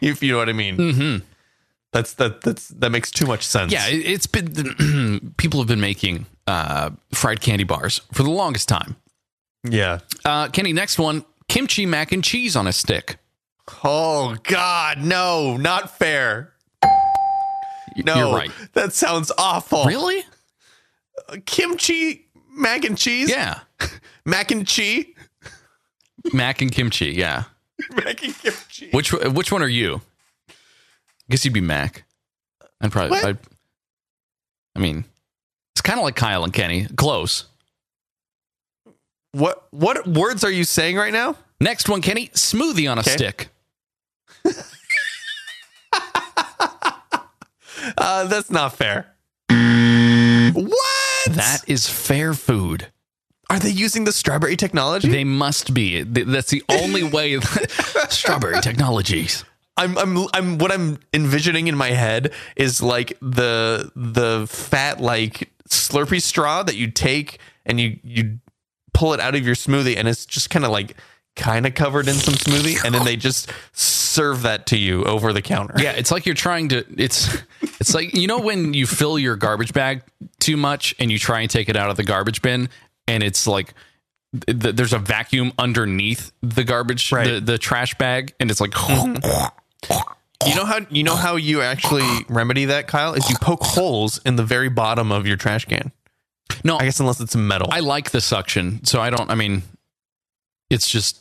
If you know what I mean. Mm-hmm. That's that that's that makes too much sense. Yeah, it, it's been people have been making uh, fried candy bars for the longest time. yeah. Uh, Kenny, next one, kimchi mac and cheese on a stick. Oh God, no, not fair. Y- No, you're right. that sounds awful. Really? Kimchi mac and cheese. Yeah, mac and cheese, mac and kimchi. Yeah. mac and kimchi. Which which one are you? I guess you'd be Mac. I'd probably. What? i I mean, it's kind of like Kyle and Kenny. Close. What what words are you saying right now? Next one, Kenny. Smoothie on a Okay. stick. Uh, that's not fair. Mm. What? That is fair food. are they using the strawberry technology? They must be. Th- That's the only way. Strawberry Technologies. I'm I'm I'm what I'm envisioning in my head is like the the fat like slurpy straw that you take and you you pull it out of your smoothie and it's just kind of like kind of covered in some smoothie and then they just serve that to you over the counter. Yeah, it's like you're trying to. It's it's like you know when you fill your garbage bag too much and you try and take it out of the garbage bin and it's like th- th- there's a vacuum underneath the garbage Right. Mm-hmm. the, the trash bag and it's like You know how you know how you actually remedy that, Kyle, is you poke holes in the very bottom of your trash can. no I I, guess unless it's metal. like the suction so I don't I mean it's just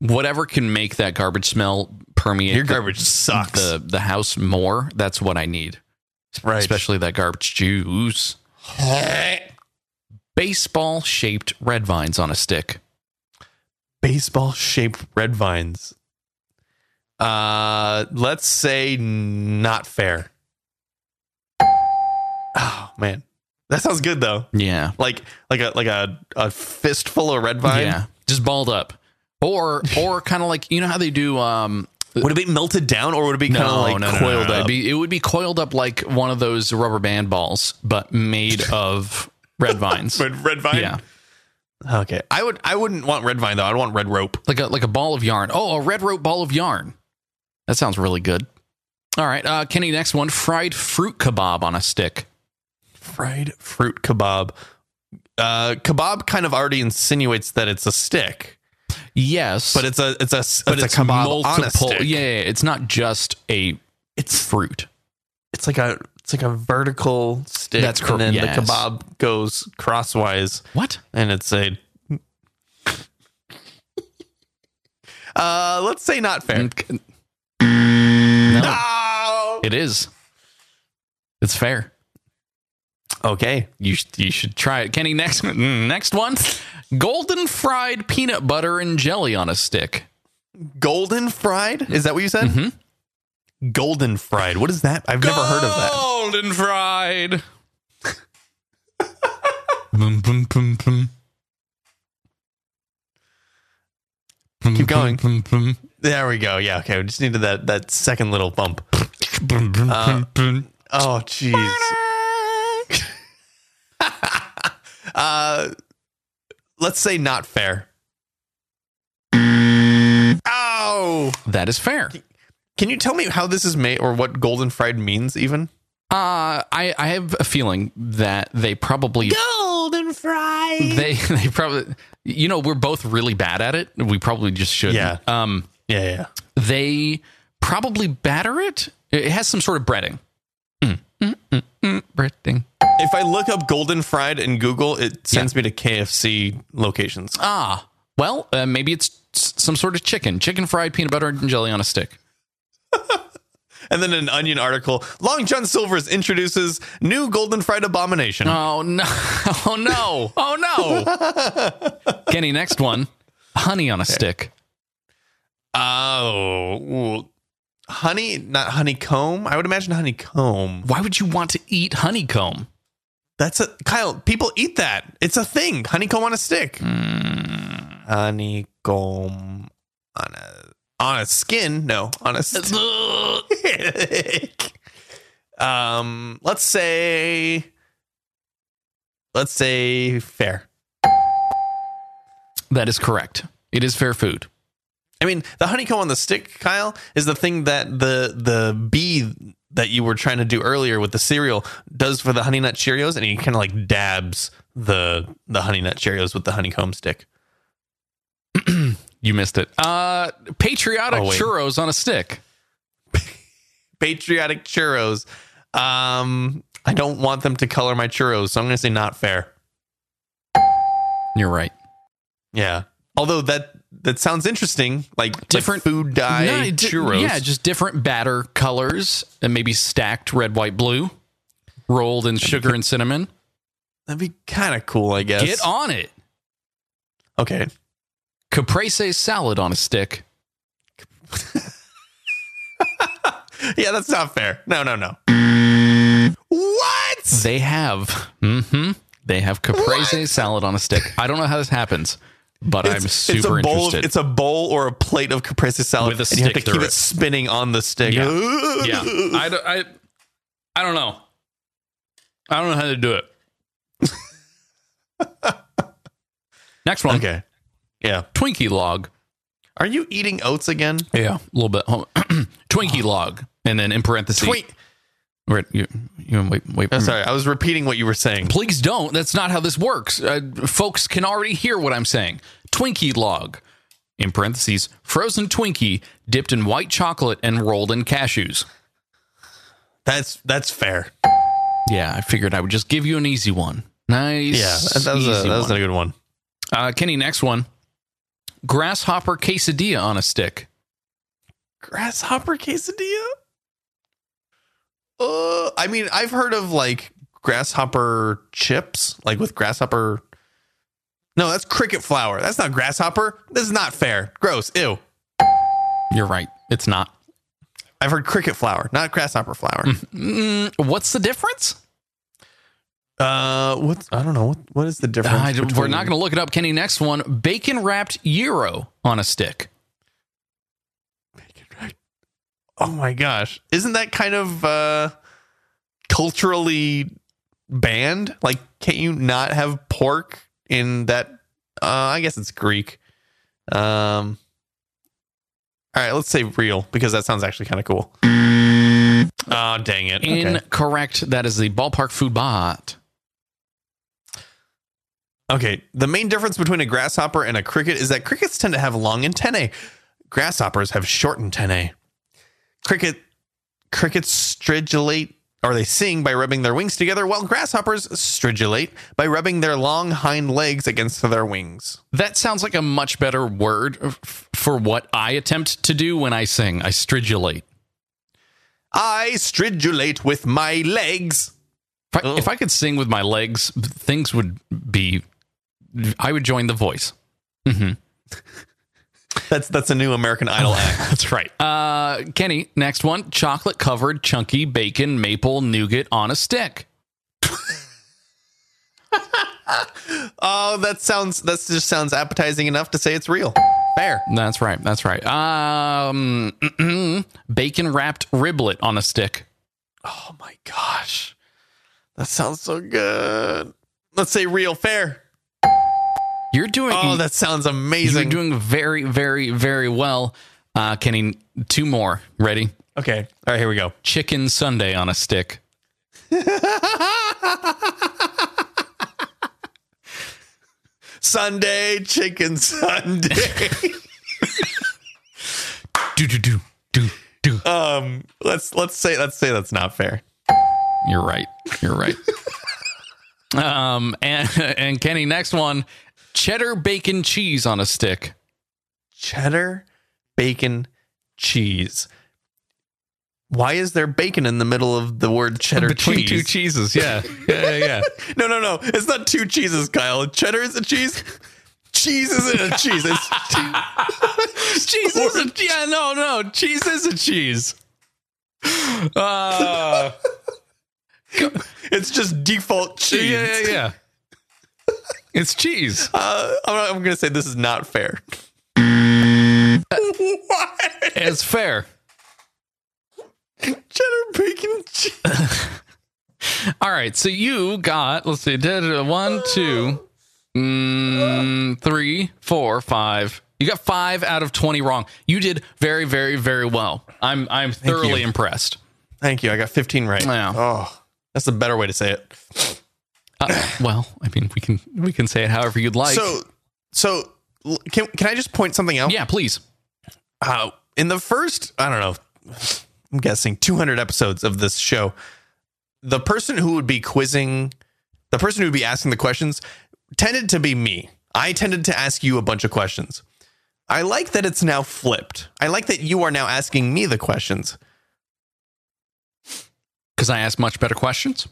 whatever can make that garbage smell permeate your the- garbage sucks. the the house more that's what I need right. especially that garbage juice baseball shaped red vines on a stick baseball shaped red vines. Uh, let's say not fair. Oh man, that sounds good though. Yeah. Like like a like a a fistful of red vine. Yeah. Just balled up. Or or kind of like you know how they do um Would it be melted down or would it be kind of like coiled It'd up? be- it would be coiled up like one of those rubber band balls, but made of red vines. Red, red vine. yeah, Okay. I would. I wouldn't want red vine though. I'd want red rope. like a like a ball of yarn. Oh, a red rope ball of yarn. That sounds really good. All right, uh, Kenny. Next one: fried fruit kebab on a stick. Fried fruit kebab. Uh, kebab kind of already insinuates that it's a stick, Yes, but it's a it's a s- it's a kebab on a stick. Yeah, yeah, yeah, it's not just a It's fruit. it's like a it's like a vertical stick. That's cor- And then yes. the kebab goes crosswise, What? and it's a. uh, let's say not fair. No, No. it is. It's fair. Okay. You sh- you should try it, Kenny. Next mm, next one, golden fried peanut butter and jelly on a stick. Golden fried? Is that what you said? Mm-hmm. Golden fried. What is that? I've never heard of that. Golden fried. Boom, boom, boom, boom. Keep going. Boom, boom, There we go. Yeah. Okay. We just needed that that second little bump. boom, boom, Uh, boom. Oh, jeez. uh, let's say not fair. Oh, That is fair. can you tell me how this is made or what golden fried means? Even Uh, I, I have a feeling that they probably golden fried. they they probably you know we're both really bad at it. We probably just should. Yeah. Um. yeah, yeah. they probably batter it. It has some sort of breading. Hmm. Mm. Mm, mm, mm, breading. If I look up golden fried in Google, it sends me to KFC locations. Ah, well, uh, maybe it's s- some sort of chicken. Chicken fried peanut butter and jelly on a stick. And then an Onion article: Long John Silver's introduces new golden fried abomination. Oh, no. Oh, no. Oh, no. Kenny, next one. Honey on a stick. Oh, ooh. honey, not honeycomb. I would imagine honeycomb. Why would you want to eat honeycomb? That's a Kyle. People eat that. It's a thing. Honeycomb on a stick. Honeycomb on a on a skin. No, on a stick. um, let's say, let's say fair. That is correct. It is fair food. I mean, the honeycomb on the stick, Kyle, is the thing that the the bee that you were trying to do earlier with the cereal does for the honey nut Cheerios, and he kind of like dabs the the honey nut Cheerios with the honeycomb stick. You missed it. Uh, patriotic Oh, wait. churros on a stick. Patriotic churros. Um, I don't want them to color my churros, so I'm gonna say not fair. You're right. Yeah. Although that that sounds interesting, like like Different- food dye No, di- churros. Yeah, just different batter colors and maybe stacked red, white, blue, rolled in sugar and cinnamon. that'd be kind of cool, I guess. Get on it. Okay. Caprese salad on a stick. Yeah, that's not fair. No, no, no. What? They have, hmm they have caprese salad on a stick. I don't know how this happens, but I'm super a bowl, interested. It's a bowl or a plate of caprese salad With a and you have to stick keep through it. it. spinning on the stick. Yeah. yeah, I, don't- I, I don't know. I don't know how to do it. Next one, okay. Yeah. Twinkie log. Are you eating oats again? Yeah, a little bit. Hold on. Twinkie log, and then in parentheses. Twink. Wait, you, you wait, wait. Oh, sorry, I was repeating what you were saying. Please don't. That's not how this works. Uh, folks can already hear what I'm saying. Twinkie log, in parentheses, frozen Twinkie dipped in white chocolate and rolled in cashews. That's that's fair. Yeah, I figured I would just give you an easy one. Nice. Yeah, that, that was a, easy that was a one. good one. uh, Kenny, next one. Grasshopper quesadilla on a stick. Grasshopper quesadilla. Uh, I mean, I've heard of like grasshopper chips, like with grasshopper. No, that's cricket flour. That's not grasshopper. This is not fair. Gross. Ew. You're right. It's not. I've heard cricket flower, not grasshopper flower. Mm, what's the difference? Uh, what's I don't know what what is the difference? I don't- we're between- not going to look it up, Kenny. Next one bacon wrapped gyro on a stick. Oh my gosh, isn't that kind of uh culturally banned? Like, can't you not have pork in that? Uh, I guess it's Greek. Um. All right, let's say real because that sounds actually kind of cool. Oh dang it! Okay. Incorrect. That is the ballpark food bot. Okay, the main difference between a grasshopper and a cricket is that crickets tend to have long antennae. Grasshoppers have short antennae. Cricket crickets stridulate or they sing by rubbing their wings together, while grasshoppers stridulate by rubbing their long hind legs against their wings. That sounds like a much better word f- for what I attempt to do when I sing. I stridulate. I stridulate with my legs. If I, if I could sing with my legs, things would be. I would join the voice. That's that's a new American Idol act. That's right. Uh, Kenny, next one chocolate covered chunky bacon maple nougat on a stick. Oh, that sounds that just sounds appetizing enough to say it's real. Fair. That's right. That's right. Um, bacon wrapped riblet on a stick. Oh my gosh. That sounds so good. Let's say real fair. You're doing. Oh, that sounds you're amazing. doing very, very, very well. Uh, Kenny, two more. Ready? okay. All right, here we go. Chicken Sunday on a stick. Sunday, chicken Sunday. Do do do do do. um, let's let's say let's say that's not fair. You're right. You're right. um, and and Kenny, next one: cheddar bacon cheese on a stick. Cheddar, bacon, cheese. Why is there bacon in the middle of the word cheddar Between cheese? two cheeses. Yeah. Yeah. Yeah. yeah. no, no, no. It's not two cheeses, Kyle. Cheddar is a cheese. Cheese isn't a cheese. It's cheese is a yeah no no cheese is a cheese uh, It's just default yeah cheese. yeah yeah it's cheese Uh, I'm, I'm gonna say this is not fair. what? it's fair Cheddar bacon cheese. all right so you got let's see da, da, da, one two mm, three four five you got five out of 20 wrong you did very very very well i'm i'm thoroughly you. impressed Thank you. I got 15 right. Yeah. Oh, that's a better way to say it. uh, well i mean we can we can say it however you'd like so, so l- can can I just point something out? yeah please Uh, in the first, I don't know, I'm guessing 200 episodes of this show, the person who would be quizzing, the person who would be asking the questions tended to be me. I tended to ask you a bunch of questions. I like that it's now flipped. I like that you are now asking me the questions. because i asked much better questions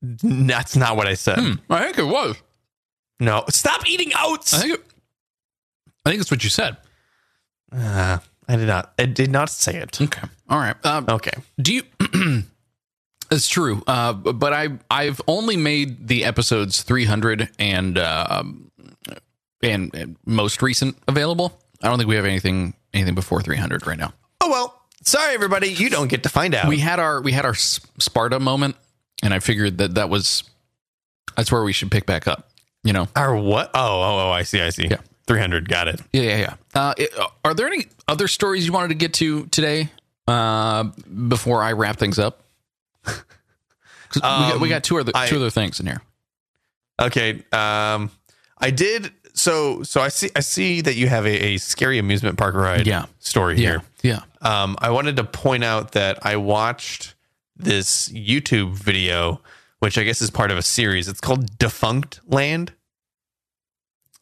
N- That's not what I said. Hmm, i think it was No, stop eating oats. I think it, I think it's what you said. Uh, I did not. I did not say it. Okay. All right. Uh, Okay. Do you? it's true. Uh, but I I've only made the episodes 300 and uh, and, and most recent available. I don't think we have anything anything before 300 right now. Oh well. Sorry, everybody. You don't get to find out. We had our we had our S- Sparta moment, and I figured that that was that's where we should pick back up. You know. Our what? Oh, oh, oh. I see. I see. Yeah. 300. Got it. Yeah, yeah, yeah. Uh, it- are there any other stories you wanted to get to today uh, before I wrap things up? 'Cause we, got, we Um, got two other I- two other things in here. Okay. Um, I did. So, so I see. I see that you have a, a scary amusement park ride. Yeah. Story here. yeah. Um, I wanted to point out that I watched this YouTube video, which I guess is part of a series. It's called Defunct Land.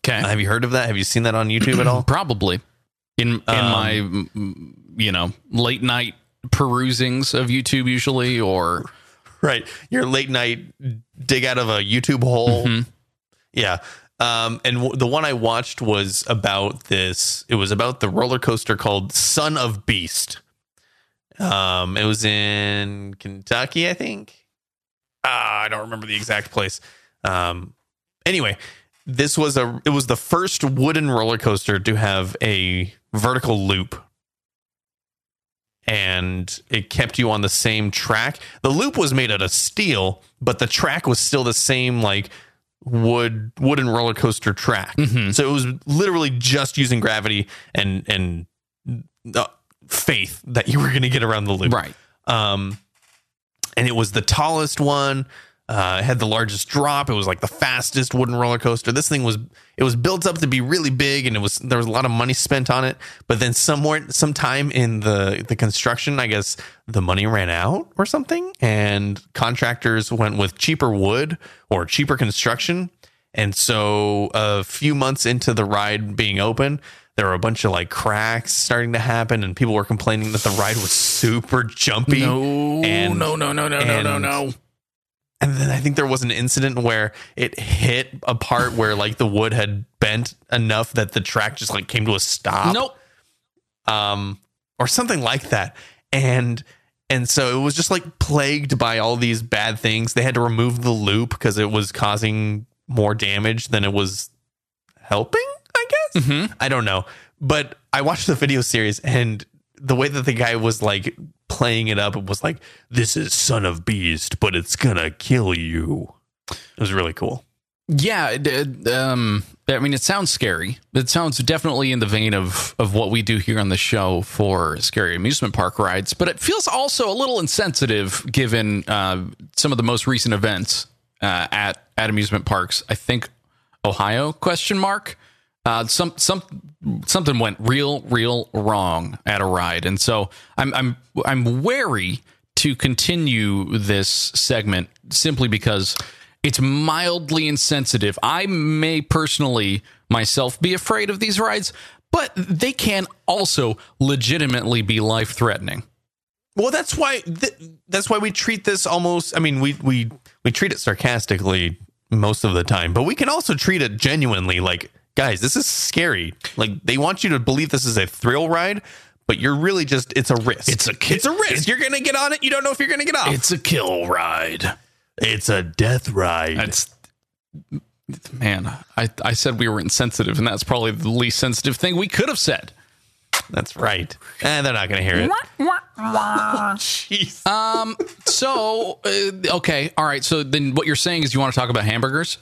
Okay, Have you heard of that? Have you seen that on YouTube at all? probably in in Um, my mm, you know late night perusings of YouTube usually, or Right. Your late night dig out of a YouTube hole. Yeah. Um, and w- the one I watched was about this. It was about the roller coaster called Son of Beast. Um, it was in Kentucky, I think. Ah, I don't remember the exact place. Um, anyway, this was a. It was the first wooden roller coaster to have a vertical loop, and it kept you on the same track. The loop was made out of steel, but the track was still the same, like wood wooden roller coaster track. Mhm. So it was literally just using gravity and and uh, faith that you were going to get around the loop. Right. Um, and it was the tallest one. Uh, it had the largest drop. It was like the fastest wooden roller coaster. This thing was it was built up to be really big, and it was there was a lot of money spent on it. But then somewhere, sometime in the the construction, I guess the money ran out or something, and contractors went with cheaper wood or cheaper construction. And so a few months into the ride being open, there were a bunch of like cracks starting to happen, and people were complaining that the ride was super jumpy. No, and- no, no, no, no, no, no, and- no. And then I think there was an incident where it hit a part where like the wood had bent enough that the track just like came to a stop. Nope. Um, or something like that. And and so it was just like plagued by all these bad things. They had to remove the loop because it was causing more damage than it was helping, I guess. Mhm. I don't know. But I watched the video series and the way that the guy was like playing it up it was like, this is Son of Beast, but it's gonna kill you. It was really cool. Yeah, it, it, um, I mean, it sounds scary. It sounds definitely in the vein of of what we do here on the show for scary amusement park rides, but it feels also a little insensitive given uh, some of the most recent events uh, at at amusement parks. I think Ohio question mark. Uh, some some something went real real wrong at a ride, and so I'm I'm I'm wary to continue this segment simply because it's mildly insensitive. I may personally myself be afraid of these rides, but they can also legitimately be life threatening. Well, that's why th- that's why we treat this almost. I mean, we we we treat it sarcastically most of the time, but we can also treat it genuinely. Like, guys, this is scary. Like, they want you to believe this is a thrill ride, but you're really just it's a risk. It's a ki- it's a risk. you're gonna get on it. You don't know if you're gonna get off. It's a kill ride. it's a death ride. That's man. I I said we were insensitive, and that's probably the least sensitive thing we could have said. That's right. And they're not gonna hear it. Jeez. So uh, okay, all right. So then, what you're saying is you want to talk about hamburgers?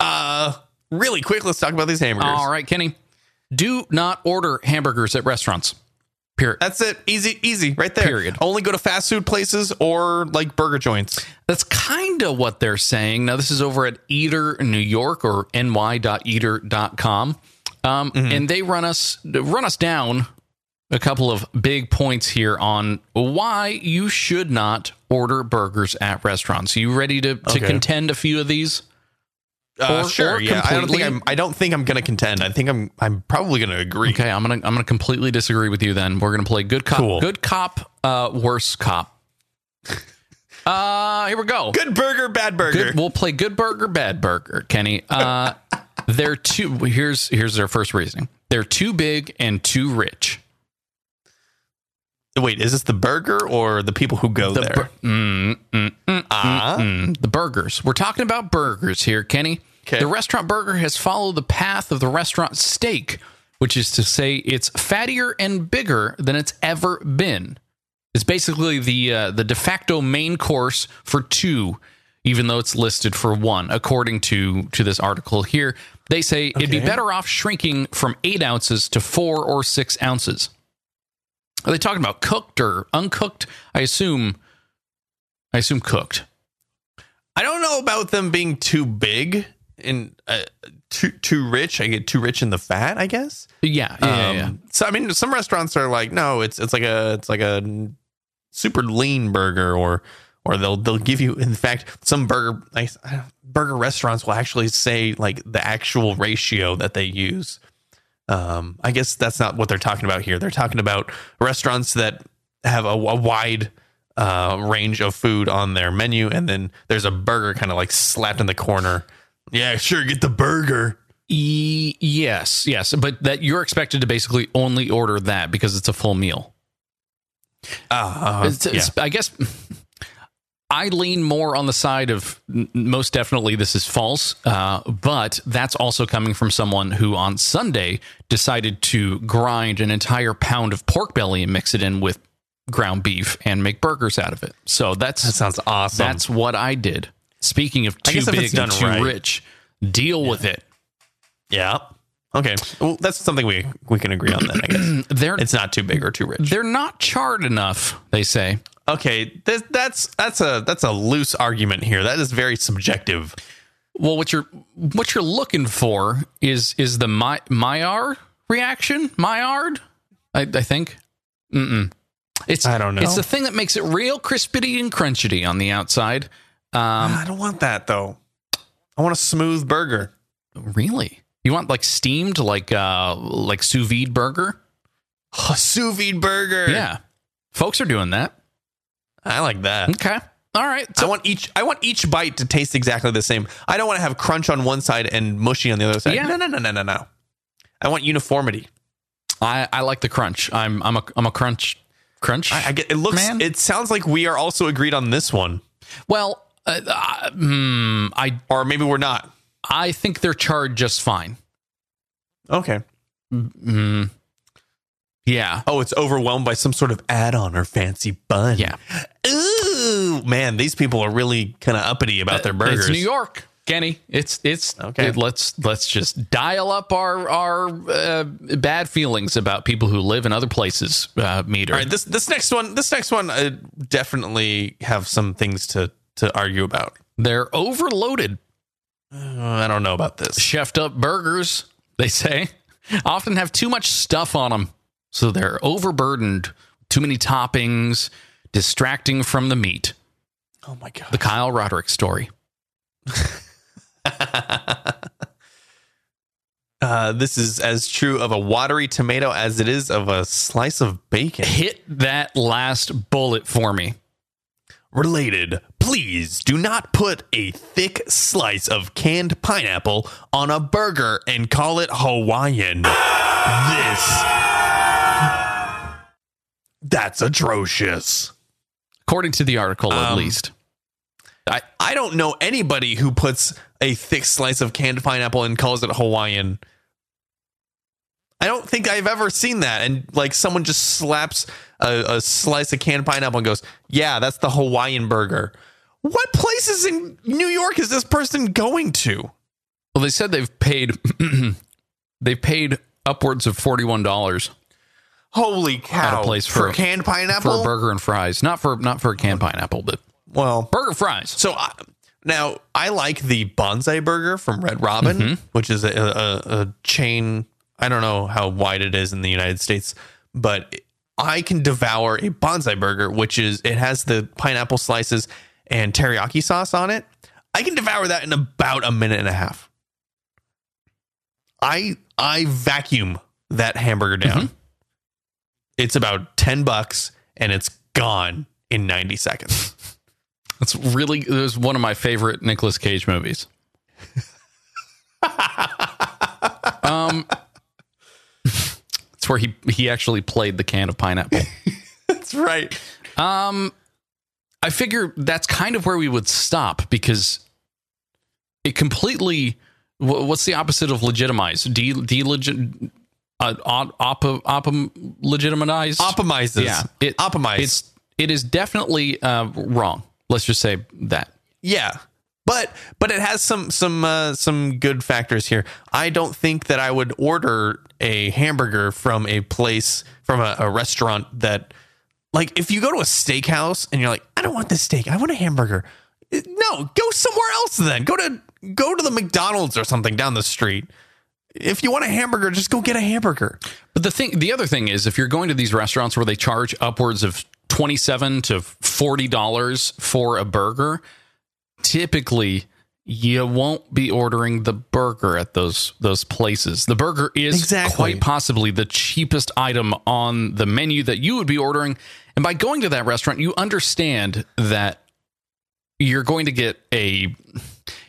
Uh, really quick, let's talk about these hamburgers. All right, Kenny. Do not order hamburgers at restaurants. Period. That's it. Easy, easy, right there. Period. Only go to fast food places or like burger joints. That's kind of what they're saying. Now, this is over at Eater New York or ny.eater.com. Um, Mm-hmm. And they run us run us down a couple of big points here on why you should not order burgers at restaurants. You ready to, to Okay. contend a few of these? Uh, Or- sure. or yeah. I don't completely- think I'm. I don't think I'm going to contend. I think I'm. I'm probably going to agree. Okay, I'm gonna I'm gonna completely disagree with you. Then we're gonna play good cop, Cool. good cop, uh, worse cop. Uh, here we go. Good burger, bad burger. Good, we'll play good burger, bad burger, Kenny. Uh, they're too. Here's here's their first reasoning. They're too big and too rich. Wait, is this the burger or the people who go there? bur- mm, mm, mm, Ah. mm, the burgers. We're talking about burgers here, Kenny. Okay. The restaurant burger has followed the path of the restaurant steak, which is to say it's fattier and bigger than it's ever been. It's basically the uh, the de facto main course for two, even though it's listed for one, according to to this article here. They say it'd be Okay. better off shrinking from eight ounces to four or six ounces. Are they talking about cooked or uncooked? I assume. I assume cooked. I don't know about them being too big and uh, too too rich. I get too rich in the fat. I guess. Yeah, yeah, Um, yeah. So I mean, some restaurants are like, no, it's it's like a it's like a super lean burger, or or they'll they'll give you. In fact, some burger I, I- burger restaurants will actually say like the actual ratio that they use. Um, I guess that's not what they're talking about here. They're talking about restaurants that have a, a wide uh, range of food on their menu, and then there's a burger kind of like slapped in the corner Yeah, sure. Get the burger. E- yes, yes, but that you're expected to basically only order that because it's a full meal. Ah, It's- it's- I guess I lean more on the side of n- most definitely this is false, uh, but that's also coming from someone who on Sunday decided to grind an entire pound of pork belly and mix it in with ground beef and make burgers out of it. So that's that sounds awesome. that's what I did. Speaking of I too guess if it's big and done too right. rich, deal with it. yeah. Okay. Well, that's something we we can agree on then. I guess They're it's not too big or too rich. they're not charred enough. They say. Okay. This, that's that's a that's a loose argument here. That is very subjective. Well, what you're what you're looking for is is the my, Maillard reaction. Maillard, I, I think. Mm-mm. It's I don't know. It's the thing that makes it real crispity and crunchity on the outside. Um, I don't want that though. I want a smooth burger. really, you want like steamed, like uh, like sous vide burger? A sous vide burger. Yeah, folks are doing that. I like that. Okay, all right. I want each I want each bite to taste exactly the same. I don't want to have crunch on one side and mushy on the other side. Yeah. No, no, no, no, no, no. I want uniformity. I, I like the crunch. I'm I'm a I'm a crunch crunch. I, I get it looks Man. it sounds like we are also agreed on this one. well, uh, uh, hmm, I Or maybe we're not. I think they're charred just fine. Okay. Mm. Yeah. Oh, it's overwhelmed by some sort of add-on or fancy bun. Yeah. Ooh, man, these people are really kind of uppity about their Uh, burgers. It's New York, Kenny. It's it's Okay. it- let's let's just dial up our our uh, bad feelings about people who live in other places. Uh, meter. All right, this this next one, this next one I definitely have some things to to argue about. They're overloaded, Uh, I don't know about this. chefed up burgers. They say often have too much stuff on them, so they're overburdened. Too many toppings, distracting from the meat. Oh my god. The Kyle Roderick story. Uh, this is as true of a watery tomato as it is of a slice of bacon. Hit that last bullet for me. Related, please do not put a thick slice of canned pineapple on a burger and call it Hawaiian. this. That's atrocious. according to the article at Um, least. I, I don't know anybody who puts a thick slice of canned pineapple and calls it Hawaiian. I don't think I've ever seen that. And like someone just slaps a, a slice of canned pineapple and goes, Yeah, that's the Hawaiian burger. What places in New York is this person going to? Well, they said they've paid they paid upwards of forty one dollars Holy cow. place for a- canned for pineapple? a burger and fries, not for not for a canned pineapple, but Well, burger fries. So I, now I like the bonsai burger from Red Robin, which is a, a, a chain. I don't know how wide it is in the United States, but I can devour a bonsai burger, which is it has the pineapple slices and teriyaki sauce on it. I can devour that in about a minute and a half. I I vacuum that hamburger down. It's about ten bucks and it's gone in ninety seconds. That's really it was one of my favorite Nicolas Cage movies. um, it's where he he actually played the can of pineapple. That's right. Um, I figure that's kind of where we would stop because it completely. wh- What's the opposite of legitimize? De delegit, uh, op, op, op, legitimized. Optimizes. yeah, It optimizes. It's it is definitely uh, wrong. Let's just say that. yeah. But but it has some some uh, some good factors here. I don't think that I would order a hamburger from a place from a, a restaurant that like if you go to a steakhouse and you're like, I don't want this steak, I want a hamburger. It- No, go somewhere else then. Go to go to the McDonald's or something down the street. If you want a hamburger, just go get a hamburger. But the thing, the other thing is, if you're going to these restaurants where they charge upwards of twenty-seven to forty dollars for a burger, typically you won't be ordering the burger at those those places. The burger is Exactly. quite possibly the cheapest item on the menu that you would be ordering, and by going to that restaurant, you understand that you're going to get a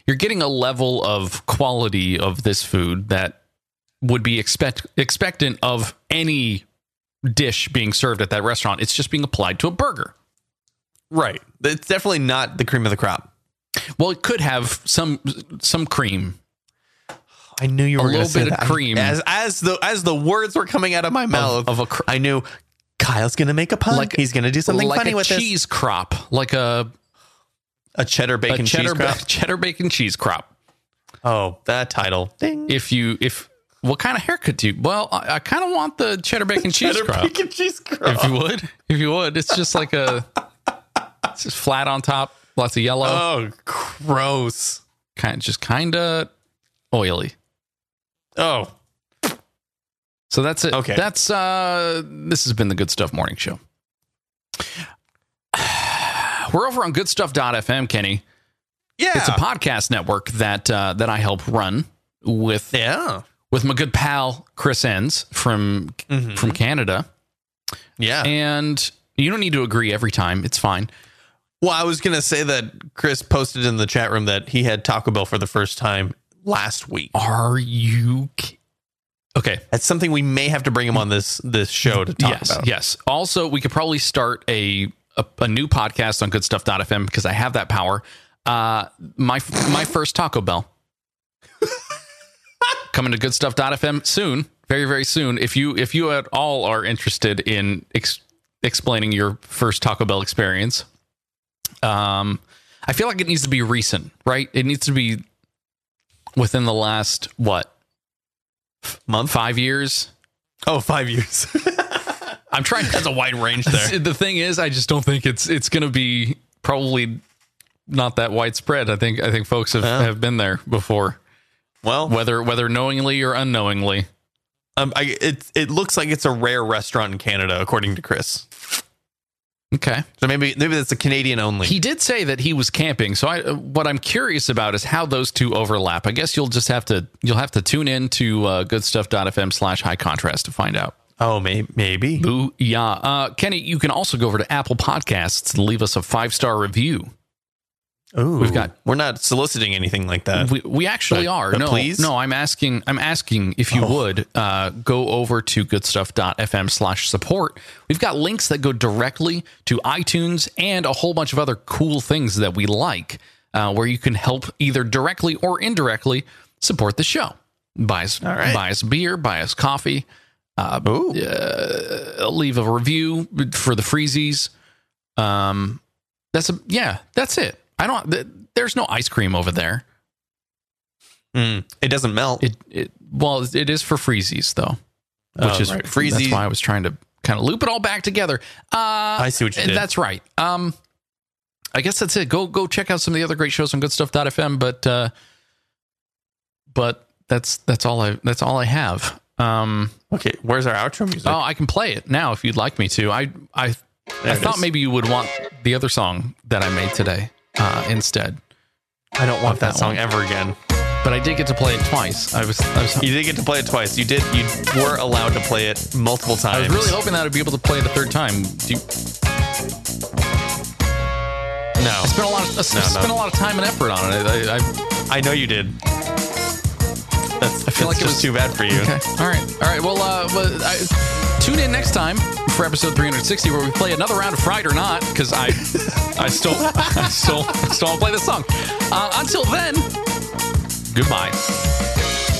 you're getting a level of quality of this food that would be expect expectant of any dish being served at that restaurant. It's just being applied to a burger. Right. It's definitely not the cream of the crop. Well, it could have some some cream. I knew you A were going to little say bit of that. cream. As as the as the words were coming out of my mouth, of a cr- I knew Kyle's going to make a pun. Like- He's going to do something like funny a with this. cheese crop, like a, A cheddar a bacon cheddar cheese crop. cheddar bacon cheese crop. Oh, that title. Ding. if you if what kind of haircut do you well i, I kind of want the cheddar bacon cheese cheddar crop bacon cheese crop. if you would if you would it's just like a it's just flat on top lots of yellow oh, gross. kind just kind of oily Oh, so that's it Okay. that's uh this has been the good stuff morning show we're over on goodstuff.fm kenny yeah. it's a podcast network that uh that i help run with yeah. with my good pal chris enns from Mm-hmm. from canada Yeah. and you don't need to agree every time. It's fine. well, I was going to say that Chris posted in the chat room that he had Taco Bell for the first time last week. Are you ki- okay? That's something we may have to bring him on this this show to talk yes, about. yes. Also, we could probably start a a, a new podcast on GoodStuff.fm because I have that power. Uh, my my first Taco Bell coming to GoodStuff.fm soon, very very soon. If you if you at all are interested in ex- explaining your first Taco Bell experience, um, I feel like it needs to be recent, right? It needs to be within the last what month, five years. Oh, five years. I'm trying. That's a wide range there. the thing is, I just don't think it's it's going to be probably not that widespread. I think I think folks have, have been there before, well, whether whether knowingly or unknowingly. Um, I, it it looks like it's a rare restaurant in Canada, according to Chris. Okay. So maybe maybe that's a Canadian only. He did say that he was camping. So I what I'm curious about is how those two overlap. I guess you'll just have to you'll have to tune in to uh, goodstuff.fm slash high contrast to find out. oh, may, maybe. Boo yeah. Uh, Kenny, you can also go over to Apple Podcasts and leave us a five star review. Ooh, We've got- We're not soliciting anything like that. we, we actually but- are. but no, please? Oh. no, I'm asking, I'm asking if you would uh, go over to goodstuff.fm slash support. We've got links that go directly to iTunes and a whole bunch of other cool things that we like, uh, where you can help either directly or indirectly support the show. Buy us, right. buy us beer, buy us coffee, uh, Ooh. leave a review for the freezies. Um, that's a, yeah, that's it. I don't, th- there's no ice cream over there. Mm, it doesn't melt. It, it well, it is for freezies though, which Oh, is right. freezies. That's Freezies. why I was trying to kind of loop it all back together. Uh, I see what you did. That's right. Um, I guess that's it. Go go check out some of the other great shows on GoodStuff.fm. But uh, but that's that's all I that's all I have. Um, okay. Where's our outro music? oh, I can play it now if you'd like me to. I I I it thought is. maybe you would want the other song that I made today uh, instead, I don't want that that song one. ever again. but I did get to play it twice. I was I was You did get to play it twice. You did. You were allowed to play it multiple I was times. really hoping that I'd be able to play it a third time. Do you, no. spent a lot of No, no. spent a lot of time and effort on it. I, I, I, I know you did. That's. I feel feel like like it just was- too bad for you. okay. All right. All right. Well, uh, well I, tune in next time for episode 360 where we play another round of Fried or Not because I I still I still I still wanna play this song. Uh, until then, goodbye.